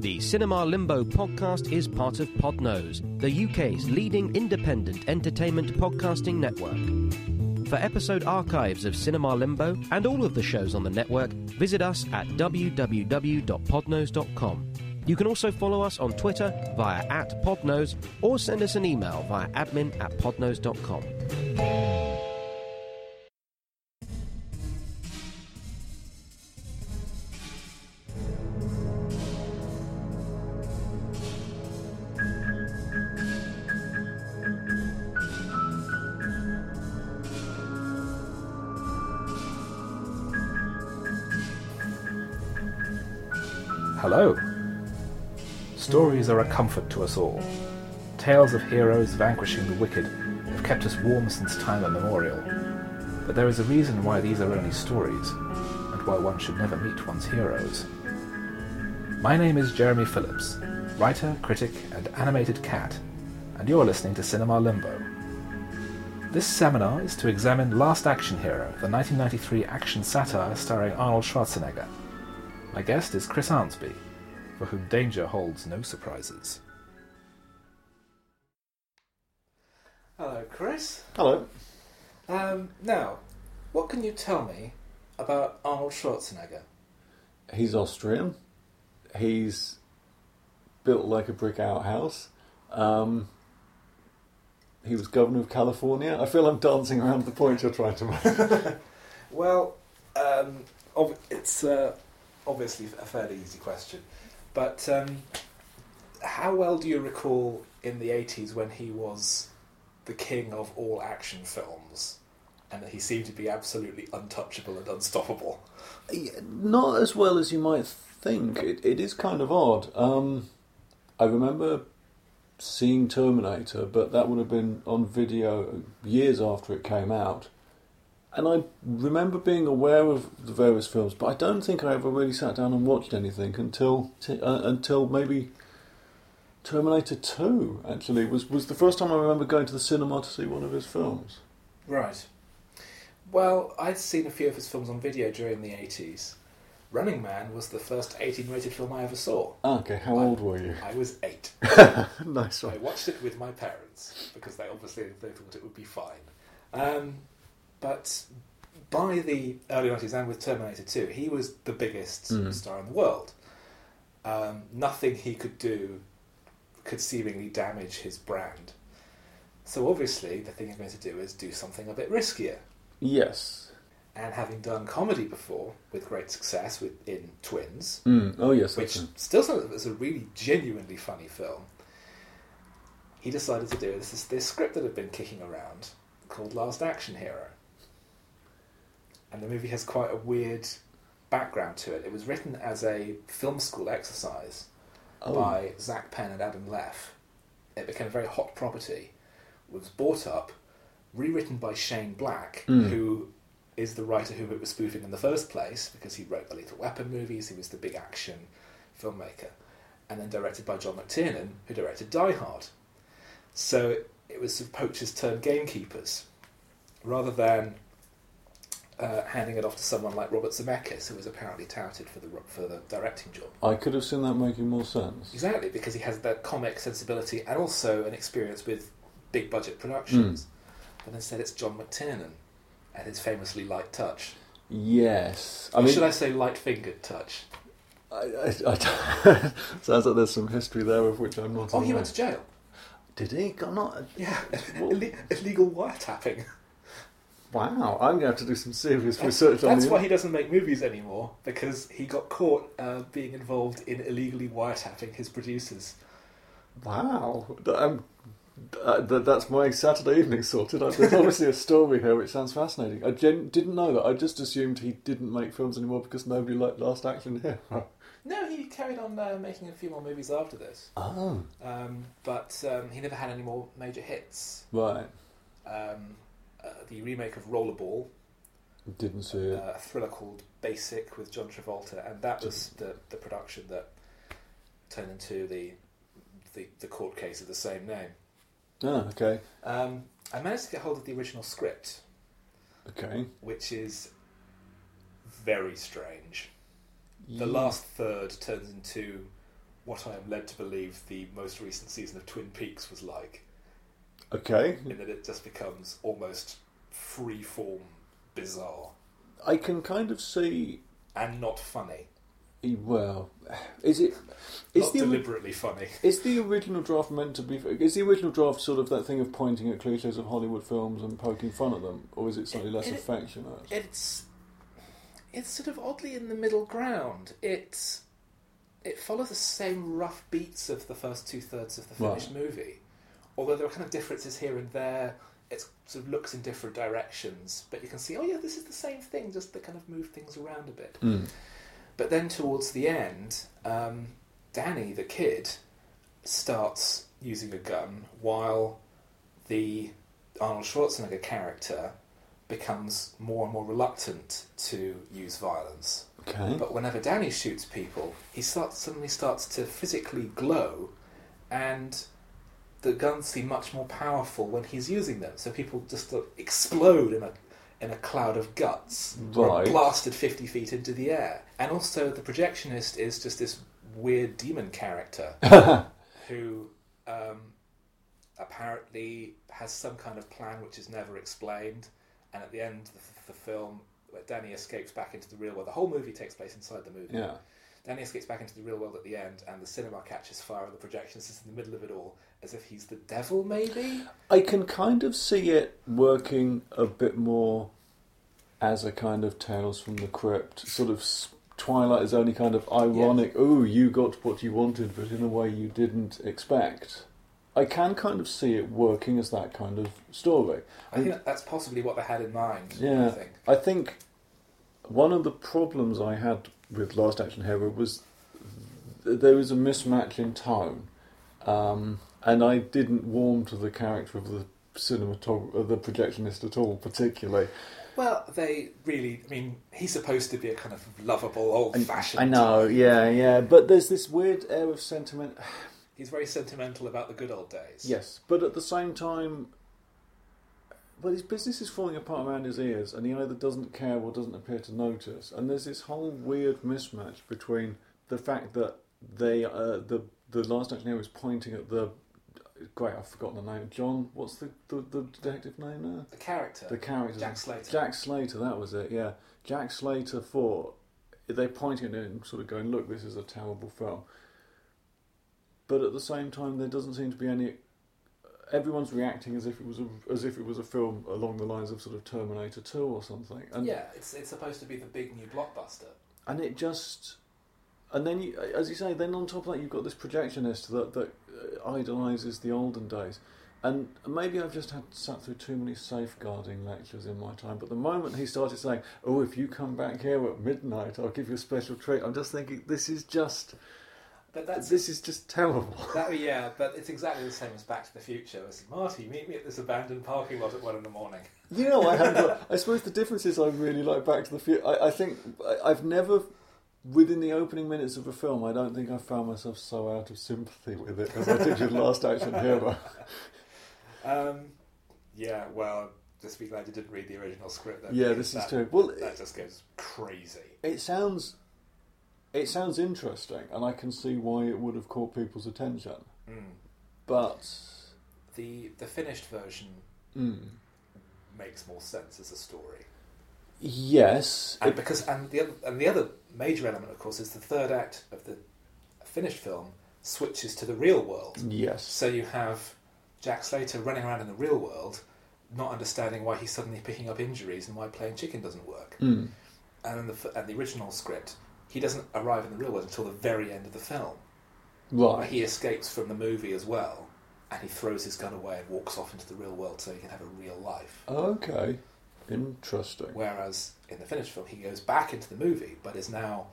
The Cinema Limbo podcast is part of Podnose, the UK's leading independent entertainment podcasting network. For episode archives of Cinema Limbo and all of the shows on the network, visit us at www.podnose.com. You can also follow us on Twitter via at Podnose or send us an email via admin at podnose.com. Hello. Stories are a comfort to us all. Tales of heroes vanquishing the wicked have kept us warm since time immemorial. But there is a reason why these are only stories, and why one should never meet one's heroes. My name is Jeremy Phillips, writer, critic, and animated cat, and you're listening to Cinema Limbo. This seminar is to examine Last Action Hero, the 1993 action satire starring Arnold Schwarzenegger. My guest is Chris Arnsby, for whom danger holds no surprises. Hello, Chris. Hello. Um, now, what can you tell me about Arnold Schwarzenegger? He's Austrian. He's built like a brick outhouse. Um, he was governor of California. I feel I'm dancing around the point you're trying to make. Well, um, ob- it's uh, obviously a fairly easy question, but um, how well do you recall in the 80s when he was the king of all action films and that he seemed to be absolutely untouchable and unstoppable? Not as well as you might think. It, it is kind of odd. Um, I remember seeing Terminator, but that would have been on video years after it came out. And I remember being aware of the various films, but I don't think I ever really sat down and watched anything until t- uh, until maybe Terminator Two. Actually, was was the first time I remember going to the cinema to see one of his films. Right. Well, I'd seen a few of his films on video during the 80s. Running Man was the first 18 rated film I ever saw. Ah, okay, how old were you? I was eight. nice I one. watched it with my parents because they obviously they thought it would be fine. Um, but by the early 90s and with Terminator 2, he was the biggest star in the world. Um, nothing he could do could seemingly damage his brand. So obviously, the thing he's going to do is do something a bit riskier. Yes. And having done comedy before with great success with, in Twins, Mm. Oh yes. which that's it. still sounds like it's a really genuinely funny film. He decided to do this is this script that had been kicking around called Last Action Hero, and the movie has quite a weird background to it. It was written as a film school exercise Oh. by Zach Penn and Adam Leff. It became a very hot property, was bought up, rewritten by Shane Black, Hmm. who is the writer whom it was spoofing in the first place because he wrote the Lethal Weapon movies, he was the big action filmmaker, and then directed by John McTiernan, who directed Die Hard. So it was sort of poachers turned gamekeepers, rather than uh, handing it off to someone like Robert Zemeckis, who was apparently touted for the for the directing job. I could have seen that making more sense. Exactly, because he has that comic sensibility and also an experience with big budget productions. Hmm. But instead, it's John McTiernan and his famously light touch. Yes. I Or mean, should I say light fingered touch? I, I- I- sounds like there's some history there of which I'm not. Oh, he aware. went to jail. Did he? I'm not. Yeah, Well- Ille- illegal wiretapping. Wow, I'm going to have to do some serious research on That's the- why he doesn't make movies anymore because he got caught uh, being involved in illegally wiretapping his producers. Wow, Th- um, uh, th- that's my Saturday evening sorted. Uh, There's obviously a story here which sounds fascinating. I gen- didn't know that. I just assumed he didn't make films anymore because nobody liked Last Action Hero. No, he carried on uh, making a few more movies after this, Oh, um, but um, he never had any more major hits. right. um, uh, the remake of Rollerball, Didn't see it. uh, a thriller called Basic with John Travolta, and that was the, the production that turned into the, the the court case of the same name. Oh, okay. Um, I managed to get hold of the original script, Okay. which is very strange. Ye- The last third turns into what I am led to believe the most recent season of Twin Peaks was like, Okay. in that it just becomes almost free form, bizarre, I can kind of see. and not funny. Well, is it? Is not the deliberately funny. is the original draft meant to be? Is the original draft sort of that thing of pointing at cliches of Hollywood films and poking fun at them, or is it slightly less It- it- affectionate? It's it's sort of oddly in the middle ground. It's it follows the same rough beats of the first two thirds of the Right. finished movie, although there are kind of differences here and there. It sort of looks in different directions, but you can see, oh yeah, this is the same thing, just they kind of move things around a bit. Mm. But then towards the end, um, Danny, the kid, starts using a gun while the Arnold Schwarzenegger character becomes more and more reluctant to use violence. Okay. But whenever Danny shoots people, he starts suddenly starts to physically glow, and the guns seem much more powerful when he's using them. So people just uh, explode in a in a cloud of guts, or are Right. blasted fifty feet into the air. And also, the projectionist is just this weird demon character who um, apparently has some kind of plan which is never explained. And at the end of the, the film, where Danny escapes back into the real world. The whole movie takes place inside the movie. Yeah. Danny escapes back into the real world at the end, and the cinema catches fire, and the projectionist is in the middle of it all, as if he's the devil, maybe? I can kind of see it working a bit more as a kind of Tales from the Crypt. Sort of s- Twilight is only kind of ironic, ooh, you got what you wanted, but in a way you didn't expect. I can kind of see it working as that kind of story. I think that- that's possibly what they had in mind, I Yeah. think. I think one of the problems I had with Last Action Hero was th- there was a mismatch in tone, um, and I didn't warm to the character of the cinematog- uh, the projectionist at all, particularly. Well, they really, I mean, he's supposed to be a kind of lovable, old fashioned. I know, yeah, yeah, but there's this weird air of sentiment. He's very sentimental about the good old days. Yes, but at the same time. But his business is falling apart around his ears, and he either doesn't care or doesn't appear to notice. And there's this whole weird mismatch between the fact that they uh, the the last action hero is pointing at the great I've forgotten the name John. What's the the, the detective name now? The character. The character Jack Slater. Jack Slater. That was it. Yeah, Jack Slater for they're pointing at it and sort of going, "Look, this is a terrible film." But at the same time, there doesn't seem to be any. Everyone's reacting as if it was a, as if it was a film along the lines of sort of Terminator Two or something, and yeah, it's, it's supposed to be the big new blockbuster. and it just. And then, you, as you say, then on top of that, you've got this projectionist that that idolises the olden days. And maybe I've just had sat through too many safeguarding lectures in my time. But the moment he started saying, "Oh, if you come back here at midnight, I'll give you a special treat," I'm just thinking, this is just But that's this is just terrible. That, yeah, but it's exactly the same as Back to the Future. It's Marty, meet me at this abandoned parking lot at one in the morning. You know, I haven't. got- I suppose the difference is I really like Back to the Future. I, I think I- I've never, within the opening minutes of a film, I don't think I found myself so out of sympathy with it as I did with Last Action Hero. Um, yeah, well, just be glad you didn't read the original script. Then, Yeah, because this is that- true. Well, That it, just goes crazy. it sounds, it sounds interesting, and I can see why it would have caught people's attention. Mm. But The the finished version mm, makes more sense as a story, yes, and because and the other, and the other major element, of course, is the third act of the finished film switches to the real world. yes, So you have Jack Slater running around in the real world, not understanding why he's suddenly picking up injuries and why playing chicken doesn't work. mm, And in the, f- and the original script, he doesn't arrive in the real world until the very end of the film. right. He escapes from the movie as well, and he throws his gun away and walks off into the real world so he can have a real life. Okay, interesting. Whereas in the finished film, he goes back into the movie, but is now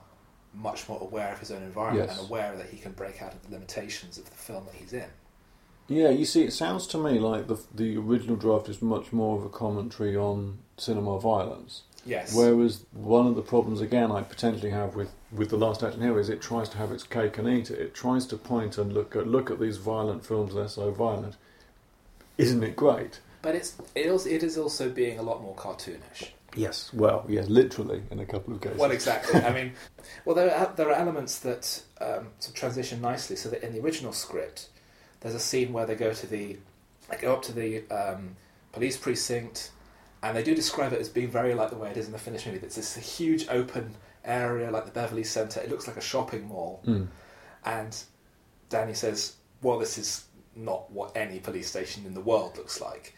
much more aware of his own environment Yes. and aware that he can break out of the limitations of the film that he's in. Yeah, you see, it sounds to me like the the original draft is much more of a commentary on cinema violence, Yes. whereas one of the problems again I potentially have with, with the last action here is it tries to have its cake and eat it. It tries to point and look at look at these violent films; they're so violent. Isn't it great? But it's it, also, it is also being a lot more cartoonish. Yes, well, yes, literally in a couple of cases. Well, exactly. I mean, well, there are, there are elements that um, sort of transition nicely. So that in the original script, there's a scene where they go to the, they go up to the um, police precinct, and they do describe it as being very like the way it is in the finished movie. It's this huge open area like the Beverly Centre. It looks like a shopping mall, Mm. and Danny says, "Well, this is not what any police station in the world looks like."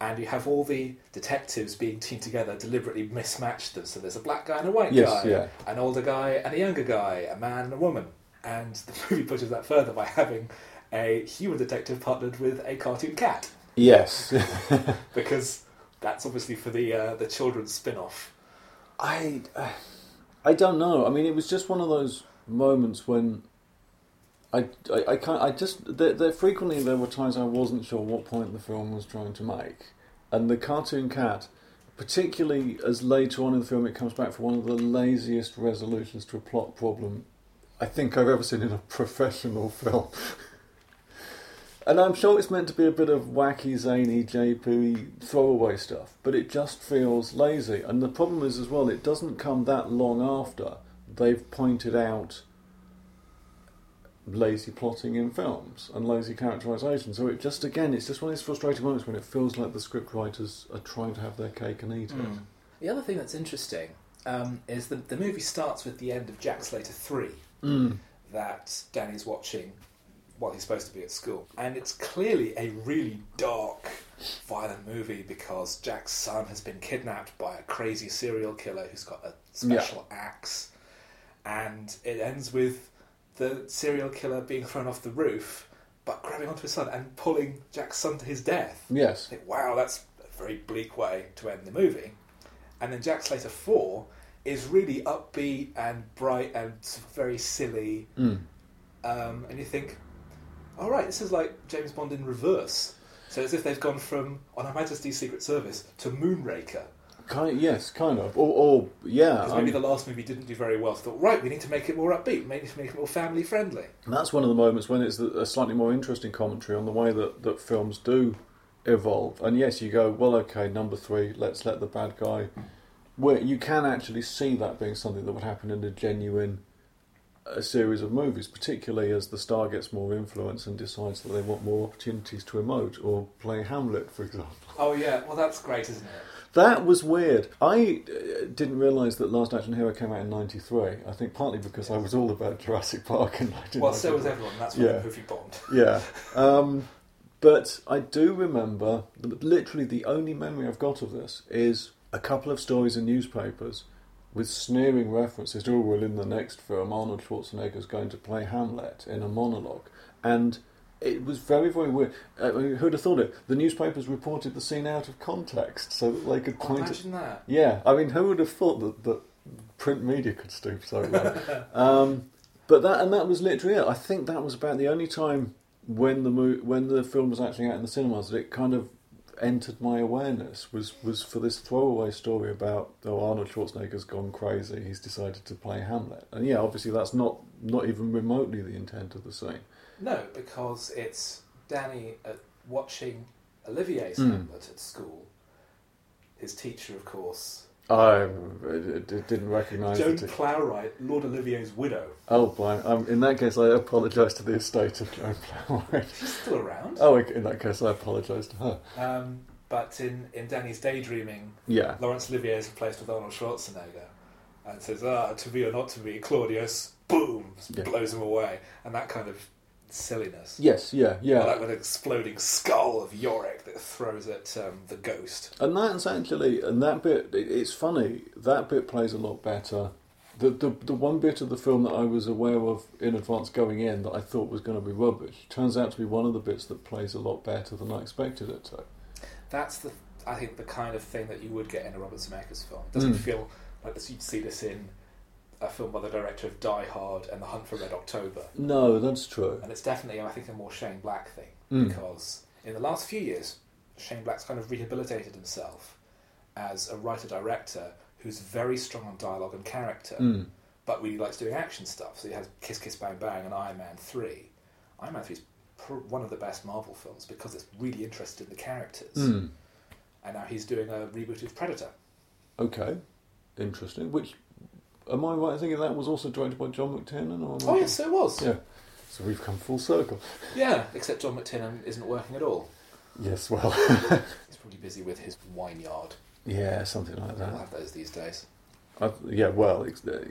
And you have all the detectives being teamed together, deliberately mismatched them. So there's a black guy and a white Yes, guy, yeah. an older guy and a younger guy, a man and a woman. And the movie pushes that further by having a human detective partnered with a cartoon cat, Yes, because that's obviously for the uh, the children's spin-off. I, I don't know. I mean, it was just one of those moments when I, I, I can't. I just there, there frequently there were times I wasn't sure what point the film was trying to make, and the cartoon cat, particularly as later on in the film it comes back for one of the laziest resolutions to a plot problem, I think I've ever seen in a professional film. And I'm sure it's meant to be a bit of wacky, zany, JP throwaway stuff, but it just feels lazy. And the problem is, as well, it doesn't come that long after they've pointed out lazy plotting in films and lazy characterization. So it just, again, it's just one of these frustrating moments when it feels like the script writers are trying to have their cake and eat it. Hmm. The other thing that's interesting um, is that the movie starts with the end of Jack Slater 3 that Danny's watching while he's supposed to be at school. And it's clearly a really dark, violent movie because Jack's son has been kidnapped by a crazy serial killer who's got a special axe. And it ends with the serial killer being thrown off the roof but grabbing onto his son and pulling Jack's son to his death. Yes. I think, wow, that's a very bleak way to end the movie. And then Jack Slater 4 is really upbeat and bright and s- very silly. Um, and you think, all right, this is like James Bond in reverse. So it's as if they've gone from On Her Majesty's Secret Service to Moonraker. Kind, yes, kind of. Or, or yeah. Because I'm- maybe the last movie didn't do very well. So thought, right, we need to make it more upbeat. We need to make it more family friendly. And that's one of the moments when it's a slightly more interesting commentary on the way that, that films do evolve. And yes, you go, well, okay, number three, let's let the bad guy. Where you can actually see that being something that would happen in a genuine a series of movies, particularly as the star gets more influence and decides that they want more opportunities to emote or play Hamlet, for example. Oh, yeah, well, that's great, isn't it? That was weird. I uh, didn't realise that Last Action Hero came out in '93. I think partly because I was all about Jurassic Park in 1993. Well, so was everyone. That's why Yeah. the movie bombed. Yeah. Um, but I do remember, literally, the only memory I've got of this is a couple of stories in newspapers with sneering references to, oh, well, in the next film, Arnold Schwarzenegger's going to play Hamlet in a monologue. And it was very, very weird. I mean, who'd have thought it? The newspapers reported the scene out of context so that they Oh, could point it. Imagine that. Yeah, I mean, who would have thought that, that print media could stoop so low? um, but that and that was literally it. I think that was about the only time when the mo- when the film was actually out in the cinemas that it kind of entered my awareness was was for this throwaway story about oh Arnold Schwarzenegger's gone crazy. He's decided to play Hamlet, and yeah, obviously that's not not even remotely the intent of the scene. No, because it's Danny uh, watching Olivier's Mm. Hamlet at school. His teacher, of course, I it, it didn't recognise Joan it. Plowright, Lord Olivier's widow. Oh, blind. Um, in that case, I apologise to the estate of Joan Plowright. She's still around. Oh, in that case, I apologise to her. Um, but in, in Danny's daydreaming, Yeah. Laurence Olivier is replaced with Arnold Schwarzenegger and says, ah, to be or not to be, Claudius, boom, Yeah. blows him away. And that kind of silliness. Yes, yeah, yeah. Like with an exploding skull of Yorick that throws at um, the ghost. And that's actually, and that bit, it, it's funny, that bit plays a lot better. The, the, the one bit of the film that I was aware of in advance going in that I thought was going to be rubbish turns out to be one of the bits that plays a lot better than I expected it to. that's the I think the kind of thing that you would get in a Robert Zemeckis film. It doesn't Mm. feel like this. You'd see this in a film by the director of Die Hard and The Hunt for Red October, No, that's true. and it's definitely I think a more Shane Black thing Mm. because in the last few years Shane Black's kind of rehabilitated himself as a writer director who's very strong on dialogue and character, Mm. but really likes doing action stuff. So he has Kiss Kiss Bang Bang and Iron Man Three. Iron Man Three is pr- one of the best Marvel films because it's really interested in the characters Mm. and now he's doing a reboot of Predator. Okay, interesting. Which am I right in thinking that was also directed by John McTiernan? Or am I- Oh, yes, so it was. Hmm. Yeah. So we've come full circle. Yeah, except John McTiernan isn't working at all. Yes, well, He's probably busy with his wine yard. yeah, something like We'll that. have those these days. I, yeah, well, it's, uh,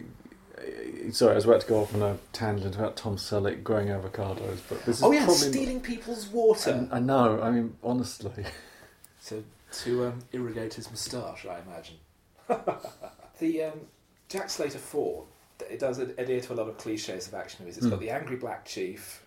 eh, sorry, I was about to go off on a tangent about Tom Selleck growing avocados, but this is Oh, yeah, probably stealing people's water. I, I know. I mean, honestly, So Uh, to um, irrigate his moustache, I imagine. the um, Jack Slater Four. th- It does ad- adhere to a lot of cliches of action movies. It's got the angry black chief.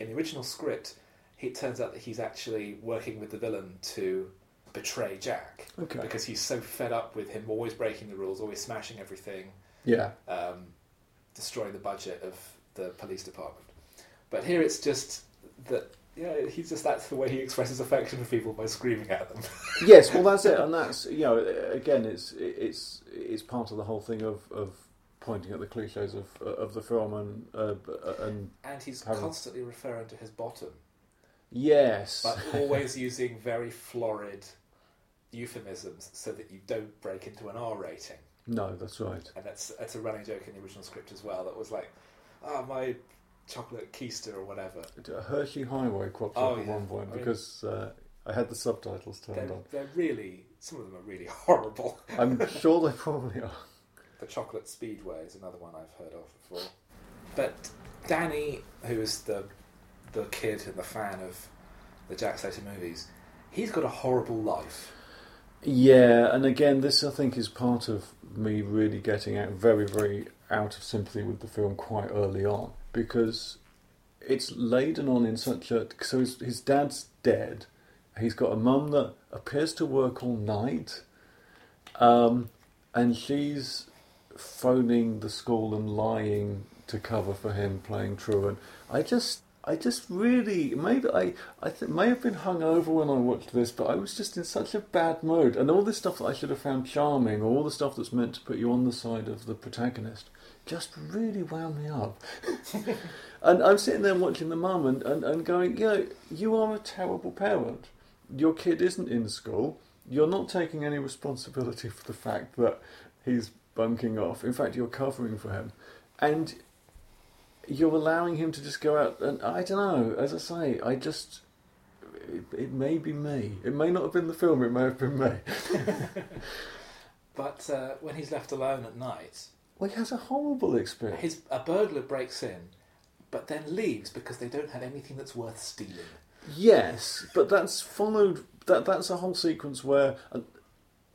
In the original script, he- it turns out that he's actually working with the villain to betray Jack Okay. because he's so fed up with him always breaking the rules, always smashing everything, yeah. um, destroying the budget of the police department. But here it's just that yeah, he's just that's the way he expresses affection for people by screaming at them. yes, well, that's it, and that's you know, again, it's it's it's part of the whole thing of of pointing at the cliches of of the film and uh, and And he's Harold. constantly referring to his bottom, yes, but always using very florid euphemisms so that you don't break into an R rating. no, that's right. And that's that's a running joke in the original script as well. That was like, oh, my chocolate keister or whatever. Hershey Highway cropped Oh, up at yeah. one point I mean- because uh, I had the subtitles They're, turned on. they're really some of them are really horrible. I'm sure they probably are. The chocolate speedway is another one I've heard of before. But Danny, who is the the kid and the fan of the Jack Slater movies, he's got a horrible life. Yeah, and again, this I think is part of me really getting out very, very out of sympathy with the film quite early on because it's laden on in such a. So his, his dad's dead. He's got a mum that appears to work all night, um, and she's phoning the school and lying to cover for him playing truant. I just. I just really maybe I I th- may have been hungover when I watched this, but I was just in such a bad mood, and all this stuff that I should have found charming, or all the stuff that's meant to put you on the side of the protagonist, just really wound me up. and I'm sitting there watching the mum and, and, and going, you know, you are a terrible parent. Your kid isn't in school. You're not taking any responsibility for the fact that he's bunking off. In fact, you're covering for him, and you're allowing him to just go out and I don't know. As I say, I just it, it may be me. It may not have been the film. It may have been me. But uh, when he's left alone at night, Well, he has a horrible experience. his a burglar breaks in, but then leaves because they don't have anything that's worth stealing. Yes, but that's followed. That that's a whole sequence where uh,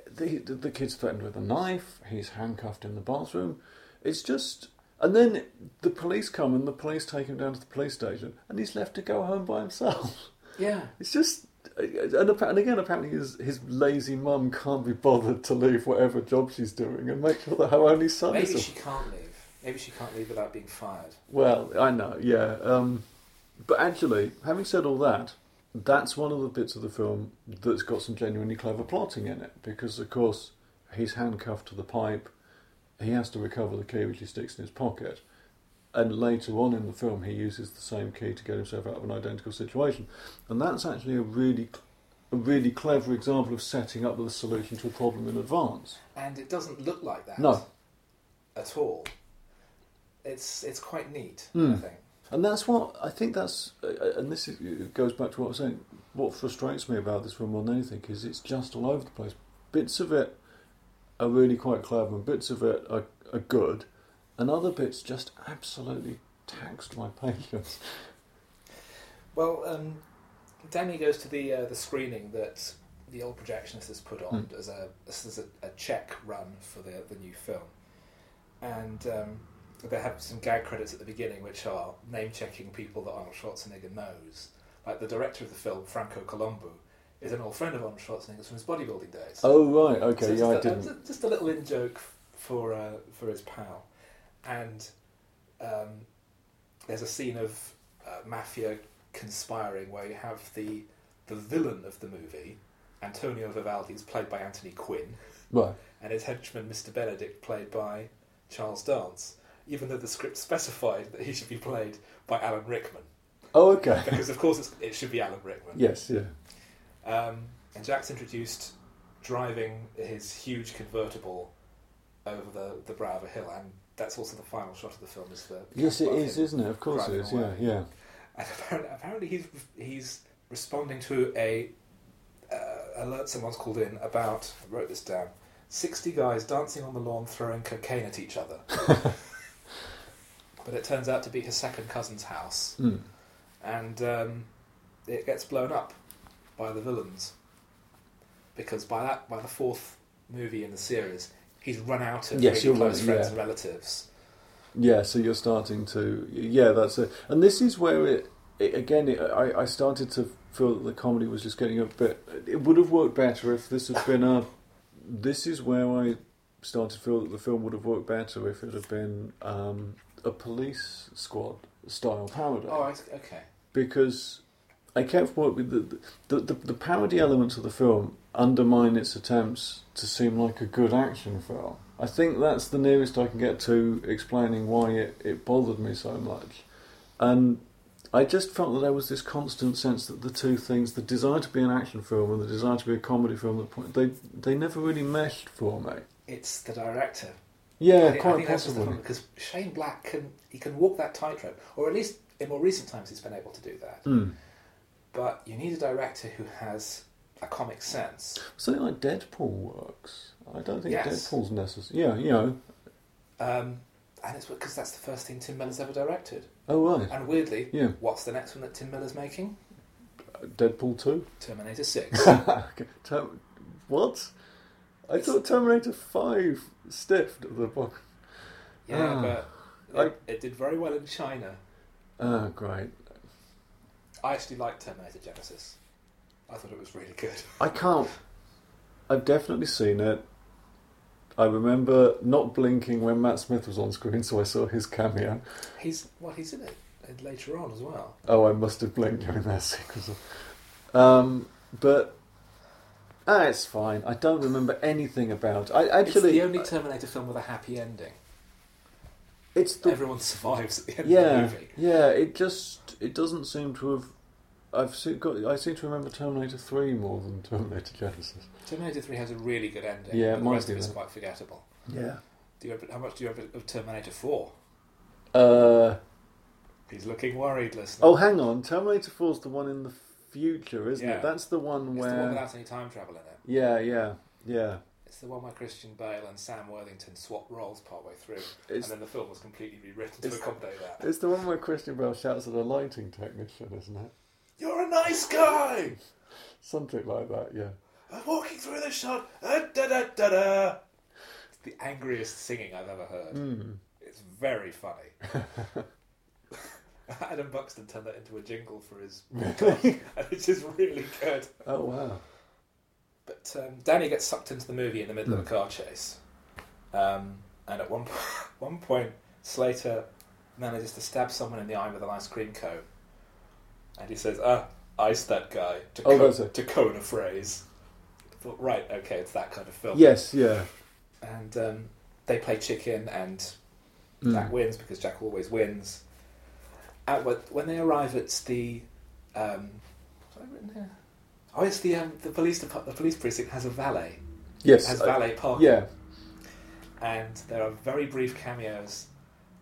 the the the kid's threatened with a knife. He's handcuffed in the bathroom. It's just. And then the police come and the police take him down to the police station, and he's left to go home by himself. Yeah, It's just, uh, and, appa- and again, apparently his, his lazy mum can't be bothered to leave whatever job she's doing and make sure that her only son is. maybe a- she can't leave. Maybe she can't leave without being fired. Well, I know, yeah. Um, but actually, having said all that, that's one of the bits of the film that's got some genuinely clever plotting in it because, of course, he's handcuffed to the pipe, he has to recover the key which he sticks in his pocket. And later on in the film, he uses the same key to get himself out of an identical situation, and that's actually a really, a really clever example of setting up the solution to a problem in advance. And it doesn't look like that. No. at all. It's it's quite neat. Hmm. I think. And that's what I think that's, uh, and this is, it goes back to what I was saying. What frustrates me about this film more than anything is it's just all over the place. Bits of it are really quite clever, and bits of it are, are good, and other bits just absolutely taxed my patience. Well, um, Danny goes to the uh, the screening that the old projectionist has put on as a as a, a check run for the the new film, and um, they have some gag credits at the beginning, which are name checking people that Arnold Schwarzenegger knows, like the director of the film, Franco Colombo. Is an old friend of Arnold Schwarzenegger's from his bodybuilding days. Oh right, So okay, just yeah, I a- didn't. just- Just a little in joke for uh, for his pal, and um, there's a scene of uh, mafia conspiring where you have the the villain of the movie, Antonio Vivaldi, is played by Anthony Quinn, Right, and his henchman Mr Benedict, played by Charles Dance. Even though the script specified that he should be played by Alan Rickman, oh okay, because of course it's, it should be Alan Rickman. yes, yeah, Um, and Jack's introduced driving his huge convertible over the, the brow of a hill, and that's also the final shot of the film. Is the Yes, it above is, him. isn't it? Of course it driving is. Yeah, away. yeah. And apparently, apparently he's he's responding to a uh, alert someone's called in about. I wrote this down. Sixty guys dancing on the lawn, throwing cocaine at each other. but it turns out to be his second cousin's house, Mm. and um, it gets blown up by the villains because by that by the fourth movie in the series, he's run out of Yes, really you're close right, friends yeah. and relatives. Yeah, so you're starting to yeah, that's it. And this is where it, it again. It, I I started to feel that the comedy was just getting a bit. It would have worked better if this had been a. This is where I started to feel that the film would have worked better if it had been um, a police squad style parody Oh, I, okay. because I kept what with the the, the the parody elements of the film undermine its attempts to seem like a good action film. I think that's the nearest I can get to explaining why it, it bothered me so much. And I just felt that there was this constant sense that the two things, the desire to be an action film and the desire to be a comedy film, the point they they never really meshed for me. It's the director Yeah, I think- I quite think that's just the possibly. problem, because Shane Black can he can walk that tightrope, or at least in more recent times he's been able to do that. Hmm. But you need a director who has a comic sense. Something like Deadpool works. I don't think Yes. Deadpool's necessary. Yeah, you know. Um, and it's because that's the first thing Tim Miller's ever directed. Oh right. And weirdly, Yeah. what's the next one that Tim Miller's making? Deadpool 2? Terminator 6. Okay, Term- what? I thought Terminator 5 stiffed at the box. yeah, Ah. but it, it did very well in China. Oh, great. I actually liked Terminator Genesis. I thought it was really good. I can't. I've definitely seen it. I remember not blinking when Matt Smith was on screen, so I saw his cameo. He's well, he's in it uh, later on as well. Oh, I must have blinked during that sequence. Um, but. Ah, it's fine. I don't remember anything about. I actually. uh, it's the only Terminator film with a happy ending. it's the everyone survives at the end yeah, of the movie. yeah. It just it doesn't seem to have. I've se- got. I seem to remember Terminator Three more than Terminator Genesis. Terminator 3 has a really good ending. Yeah, it but the might rest do of it's that. quite forgettable. Yeah. Do you have, how much do you have of Terminator 4? Uh, He's looking worried, listener. oh, hang on. Terminator Four's the one in the future, isn't Yeah. it? That's the one it's where. the one without any time travel in it. yeah, yeah, yeah. It's the one where Christian Bale and Sam Worthington swap roles partway through, It's and then the film was completely rewritten to it's- accommodate that. it's the one where Christian Bale shouts at a lighting technician, isn't it? You're a nice guy! Something like that. Yeah. I'm walking through the shot. Uh, da, da, da, da. It's the angriest singing I've ever heard. It's very funny. Adam Buxton turned that into a jingle for his podcast, and it's just really good. Oh wow. But um, Danny gets sucked into the movie in the middle of Hmm. a car chase, um, and at one po- one point Slater manages to stab someone in the eye with an ice cream cone, and he says, "Ah, ice that guy." To, Oh, co- that's it. to coin a phrase. I thought, right, okay, it's that kind of film. Yes. Yeah. And um, they play chicken, and Mm. Jack wins because Jack always wins. At, wh- when they arrive at the, um, what's I written here? Oh, it's the um, the police depart- the police precinct has a valet Yes. has I- valet parking. yeah. And there are very brief cameos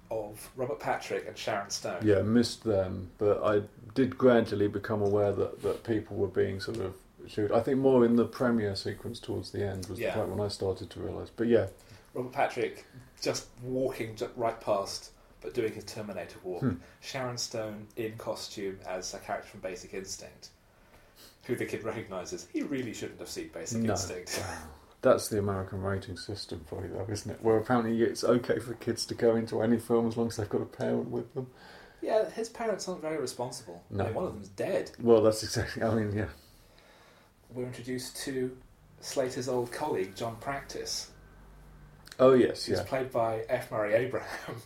of Robert Patrick and Sharon Stone. Yeah, missed them, but I did gradually become aware that, that people were being sort of shoot. I think more in the premiere sequence towards the end was Yeah. the point when I started to realise. But yeah, Robert Patrick just walking ju- right past, but doing his Terminator walk. Hmm. Sharon Stone in costume as a character from Basic Instinct, who the kid recognises. He really shouldn't have seen Basic No. Instinct. that's the American rating system for you, though, isn't it? Where apparently it's okay for kids to go into any film as long as they've got a parent with them. yeah, his parents aren't very responsible. I No. mean, one of them's dead. Well, that's exactly. I mean, yeah, We're introduced to Slater's old colleague, John Practice. oh yes, She's yeah, played by F. Murray Abraham.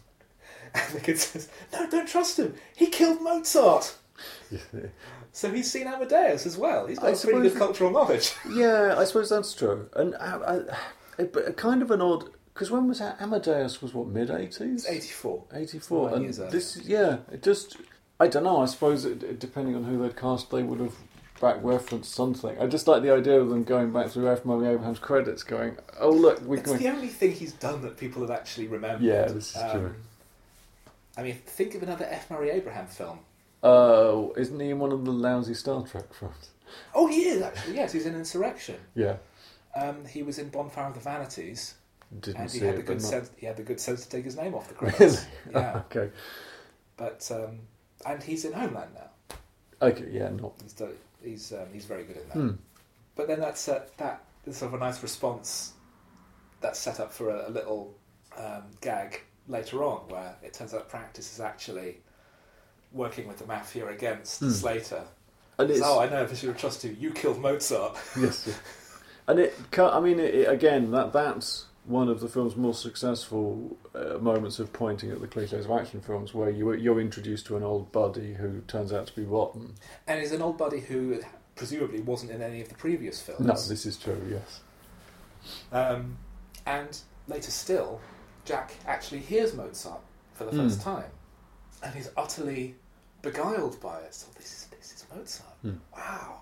And the kid says, No, don't trust him. He killed Mozart. So he's seen Amadeus as well. He's I got pretty suppose- good cultural knowledge. yeah. I suppose that's true, and I, I, it, but kind of an odd because when was that? Amadeus was what mid He's eighties. 84. 84 Nine and years earlier. this yeah it just i don't know i suppose it, it- depending on who they'd cast they would have back reference something. I just like the idea of them going back through F. Murray Abraham's credits, going, "Oh look, we It's can." the only thing he's done that people have actually remembered. Um, Yeah, this is true. I mean, think of another F. Murray Abraham film. Oh, isn't he in one of the lousy Star Trek films? Oh, he is actually. Yes, he's in Insurrection. Yeah, Um, he was in Bonfire of the Vanities, didn't and see he had it. the but good not- sense. He had the good sense to take his name off the credits. Really? yeah, okay, but um, and he's in Homeland now. okay, yeah, not He's done, he's um, he's very good at that. Hmm. But then that's uh, that is sort of a nice response that's set up for a, a little um, gag later on, where it turns out practice is actually working with the mafia against Slater. And Hmm. it's, oh, I know, because you were trust you. You killed Mozart. yes, yeah. and it. ca- I mean, it, it- again, that that's one of the film's more successful uh, moments of pointing at the cliches of action films, where you you're introduced to an old buddy who turns out to be rotten. and he's an old buddy who presumably wasn't in any of the previous films. No, this is true. Yes. Um, and later still, Jack actually hears Mozart for Hmm. the first time, and he's utterly beguiled by it. So this is this is Mozart. Hmm. Wow,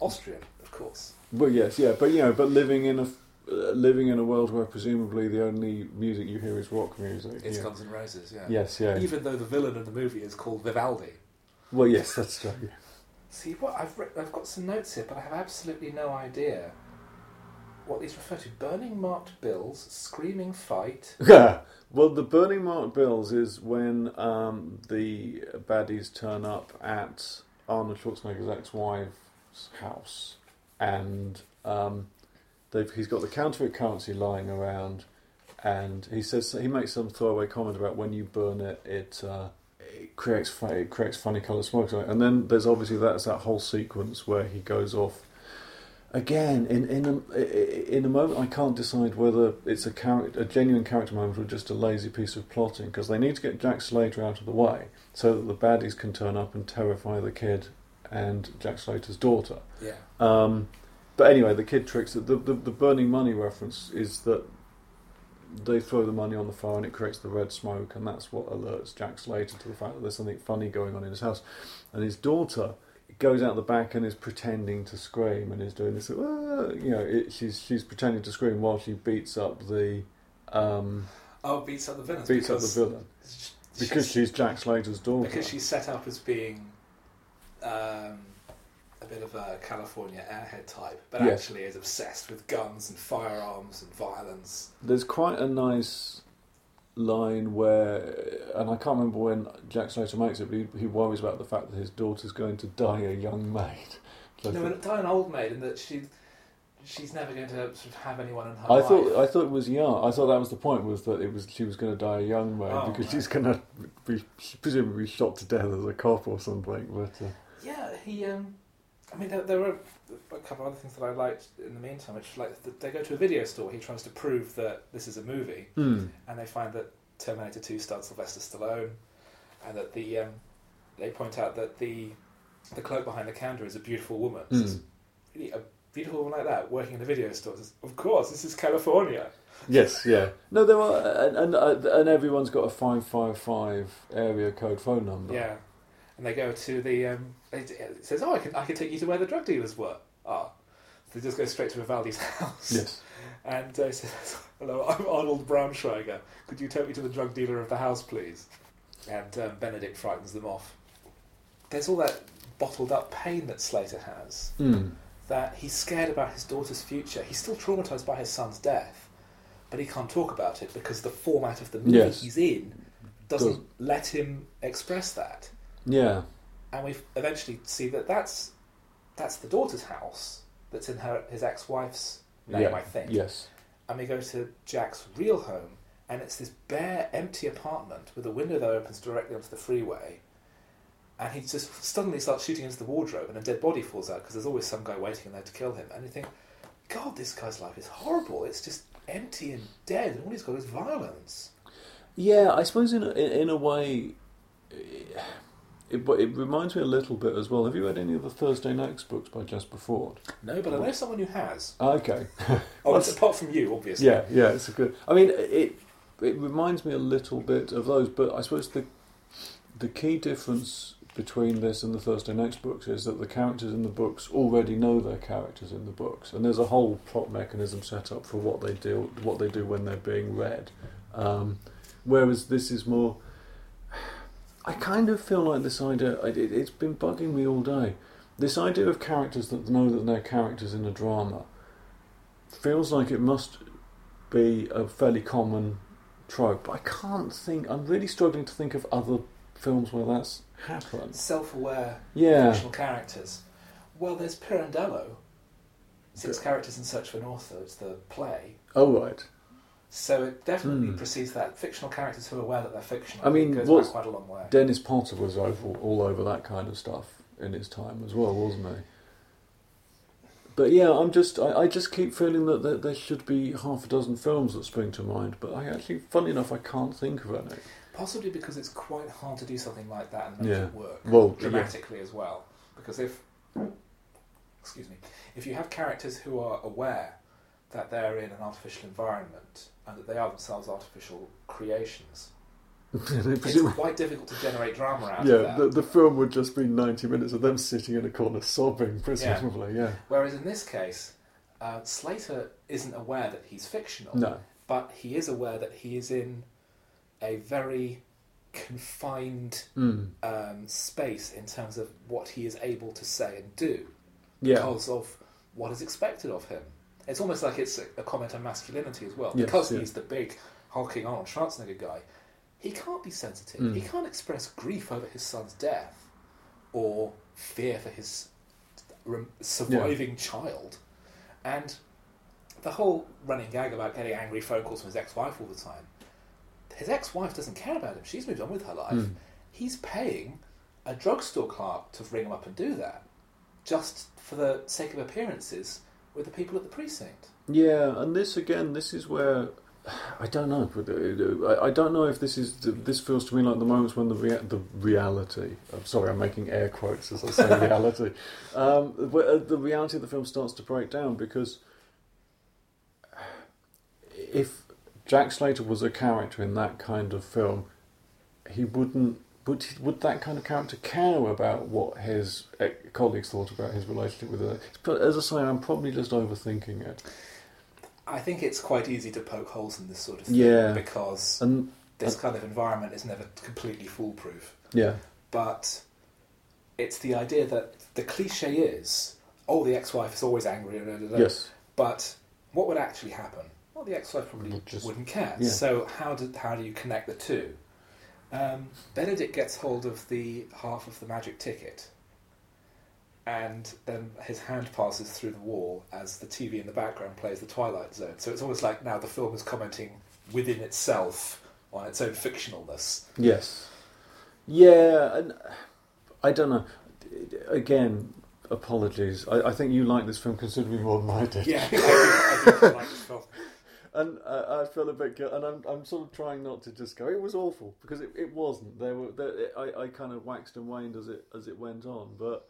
Austrian, of course. Well, yes, yeah, but you know, but living in a f- uh, living in a world where presumably the only music you hear is rock music. It's yeah. Guns N' Roses. Yeah. Yes, yeah. Even though the villain of the movie is called Vivaldi. Well, yes, that's true. yeah. See what I've writ I've got some notes here, but I have absolutely no idea what these refer to. Burning marked bills, screaming fight. Yeah. Well, the Burning Mark Bills is when um, the baddies turn up at Arnold Schwarzenegger's ex-wife's house, and um, they've, he's got the counterfeit currency lying around, and he says he makes some throwaway comment about when you burn it, it uh, it creates fu- it creates funny coloured smoke, and then there's obviously that's that whole sequence where he goes off again in in a, i- i- in a moment I can't decide whether it's a character a genuine character moment or just a lazy piece of plotting because they need to get Jack Slater out of the way so that the baddies can turn up and terrify the kid and Jack Slater's daughter. Yeah. Um, but anyway, the kid tricks the, the the burning money reference is that they throw the money on the fire and it creates the red smoke, and that's what alerts Jack Slater to the fact that there's something funny going on in his house. And his daughter goes out the back and is pretending to scream and is doing this, "Ah," you know, it, she's she's pretending to scream while she beats up the um, Oh, beats up the villains. beats up the because villain sh- because she's Jack Slater's daughter. because she's set up as being um, a bit of a California airhead type, but Yes. actually is obsessed with guns and firearms and violence. There's quite a nice line where, and I can't remember when Jack Slater makes it, but he, he worries about the fact that his daughter's going to die a young maid. So I no, thought- and die an old maid, and that she she's never going to sort of have anyone in her I life. thought I thought it was young. I thought that was the point was that it was she was going to die a young maid Oh, because right. she's going to be presumably shot to death as a cop or something. But uh, yeah, he. Um, I mean, there, there were a couple of other things that I liked in the meantime, which is like th- they go to a video store. He tries to prove that this is a movie, hmm, and they find that Terminator Two starred Sylvester Stallone, and that the um, they point out that the the clerk behind the counter is a beautiful woman. hmm. So it's really a beautiful woman like that working in a video store. It's, of course, this is California. yes, yeah, no, there are, and and, uh, and everyone's got a five five five area code phone number. Yeah, and they go to the. Um, it, it says, "Oh, I can I can take you to where the drug dealers were." Ah, so they just go straight to Vivaldi's house. Yes. And uh, he says, Hello, I'm Arnold Braunschweiger. Could you take me to the drug dealer of the house, please? And um, Benedict frightens them off. There's all that bottled up pain that Slater has, Hmm. that he's scared about his daughter's future. He's still traumatised by his son's death, but he can't talk about it because the format of the movie Yes. he's in doesn't Does- let him express that. Yeah. And we eventually see that that's, that's the daughter's house that's in her, his ex wife's name, yeah. I think Yes. and we go to Jack's real home, and it's this bare, empty apartment with a window that opens directly onto the freeway. And he just suddenly starts shooting into the wardrobe, and a dead body falls out because there's always some guy waiting in there to kill him. And you think, God, this guy's life is horrible. It's just empty and dead, and all he's got is violence. Yeah, I suppose in a, in a way, it, but it reminds me a little bit as well. Have you read any of the Thursday Nights books by Jasper Ford? No, but I know someone who has. Ah, Okay, Oh, it's apart from you, obviously. yeah, yeah, it's a good. I mean, it it reminds me a little bit of those, but I suppose the the key difference between this and the Thursday Next books is that the characters in the books already know their characters in the books, and there's a whole plot mechanism set up for what they do, what they do when they're being read. Um, whereas this is more, I kind of feel like this idea. I- It, it's been bugging me all day. This idea of characters that know that they're characters in a drama feels like it must be a fairly common trope. I can't think. I'm really struggling to think of other films where that's happened. Self-aware Yeah, fictional characters. Well, there's Pirandello. Six characters in search of an author. It's the play. oh right. So it definitely Hmm. precedes that. Fictional characters who are aware that they're fictional. I mean, it goes what's- back quite a long way. Dennis Potter was over, all over that kind of stuff in his time as well, wasn't he? But yeah, I'm just I, I just keep feeling that there, there should be half a dozen films that spring to mind, but I actually, funny enough, I can't think of any. Possibly because it's quite hard to do something like that and make Yeah. it work Well, yeah. dramatically as well. Because if, excuse me, if you have characters who are aware that they're in an artificial environment and that they are themselves artificial creations, it's quite difficult to generate drama out of yeah, that. the, the film would just be 90 minutes of them sitting in a corner sobbing, presumably. Yeah, Whereas in this case, uh, Slater isn't aware that he's fictional, no, but he is aware that he is in a very confined mm. um, space in terms of what he is able to say and do yeah, because of what is expected of him. It's almost like it's a, a comment on masculinity as well. Yes, because yeah. he's the big, hulking Arnold Schwarzenegger guy, he can't be sensitive. Mm. He can't express grief over his son's death or fear for his rem- surviving child. And the whole running gag about getting angry phone calls from his ex-wife all the time. His ex-wife doesn't care about him. She's moved on with her life. Mm. He's paying a drugstore clerk to ring him up and do that, just for the sake of appearances with the people at the precinct. Yeah, and this again, this is where I don't know. uh, I I don't know if this is this feels to me like the moments when the rea- the reality. I'm sorry, I'm making air quotes as I say reality. Um, where uh, the reality of the film starts to break down because if Jack Slater was a character in that kind of film, he wouldn't. Would, he- would that kind of character care about what his eh, colleagues thought about his relationship with her? But as I say, I'm probably just overthinking it. I think it's quite easy to poke holes in this sort of thing Yeah. because And this kind of environment is never completely foolproof. yeah, but it's the idea that the cliche is, oh, the ex-wife is always angry. da, da, da. yes, But what would actually happen? Well, the ex-wife probably Would just- wouldn't care. yeah. So how do how do you connect the two? Um, Benedict gets hold of the half of the magic ticket, and then his hand passes through the wall as the TV in the background plays the Twilight Zone. So it's almost like now the film is commenting within itself on its own fictionalness. yes, yeah. And I don't know. Again, apologies. I, I think you like this film considerably more than I did. Yeah, I do, I do quite like this film. And uh, I feel a bit guilty, and I'm, I'm sort of trying not to just go. It was awful because it, it wasn't. There were there, I, I kind of waxed and waned as it as it went on, but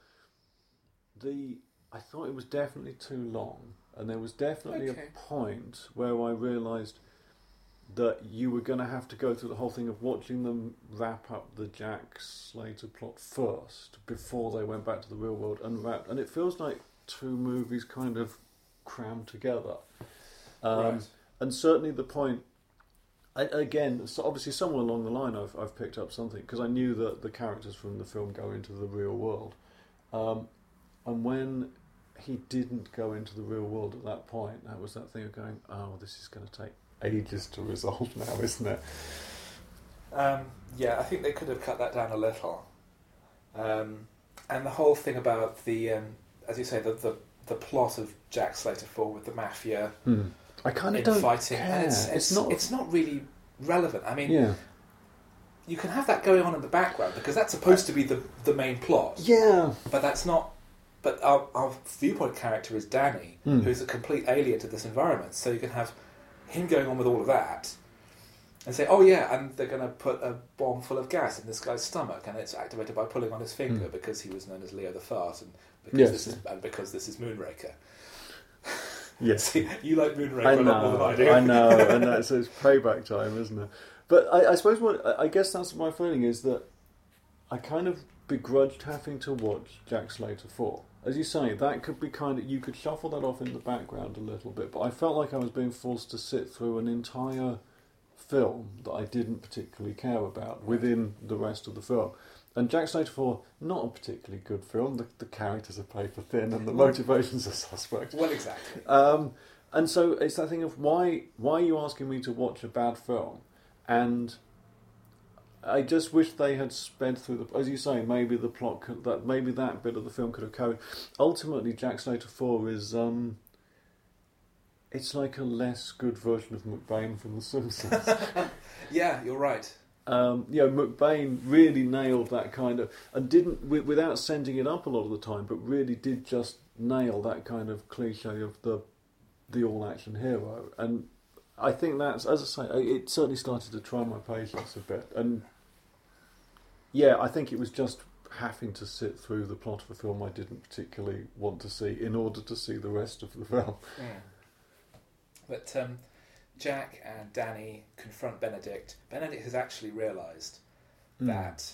the I thought it was definitely too long, and there was definitely Okay. a point where I realised that you were going to have to go through the whole thing of watching them wrap up the Jack Slater plot first before they went back to the real world and wrapped, and it feels like two movies kind of crammed together. Um, Right. And certainly the point, I, again, so obviously somewhere along the line I've, I've picked up something because I knew that the characters from the film go into the real world. Um, and when he didn't go into the real world at that point, that was that thing of going, oh, this is going to take ages to resolve now, isn't it? Um, yeah, I think they could have cut that down a little. Um, and the whole thing about the, um, as you say, the, the the plot of Jack Slater Four with the mafia I kind of don't infighting, care. and it's, it's, not. it's not really relevant. I mean, yeah. you can have that going on in the background because that's supposed to be the the main plot, Uh, Yeah. but that's not. But our, our viewpoint character is Danny, Hmm. who's a complete alien to this environment. So you can have him going on with all of that, and say, "Oh yeah," and they're going to put a bomb full of gas in this guy's stomach, and it's activated by pulling on his finger because he was known as Leo the Fart, and because Hmm. Yes. this is and because this is Moonraker. Yes. See, you like Moonraker I a lot more than know, I do. I know, and that's it's payback time, isn't it? But I, I suppose what I I guess that's my feeling is that I kind of begrudged having to watch Jack Slater 4. As you say, that could be kind of. You could shuffle that off in the background a little bit, but I felt like I was being forced to sit through an entire film that I didn't particularly care about within the rest of the film. And Jack Slater 4, not a particularly good film. The, the characters are paper thin and the motivations are suspect. Well, exactly. Um, and so it's that thing of why why are you asking me to watch a bad film? And I just wish they had sped through the as you say maybe the plot could, that maybe that bit of the film could have carried. Ultimately, Jack Slater Four is um, it's like a less good version of McBain from The Simpsons. Yeah, you're right. um, you know, McBain really nailed that kind of and didn't wi- without sending it up a lot of the time, but really did just nail that kind of cliche of the the all action hero. And I think that's as I say, I- it certainly started to try my patience a bit. And yeah, I think it was just having to sit through the plot of a film I didn't particularly want to see in order to see the rest of the film. Mm. But um, Jack and Danny confront Benedict. Benedict has actually realised Mm. that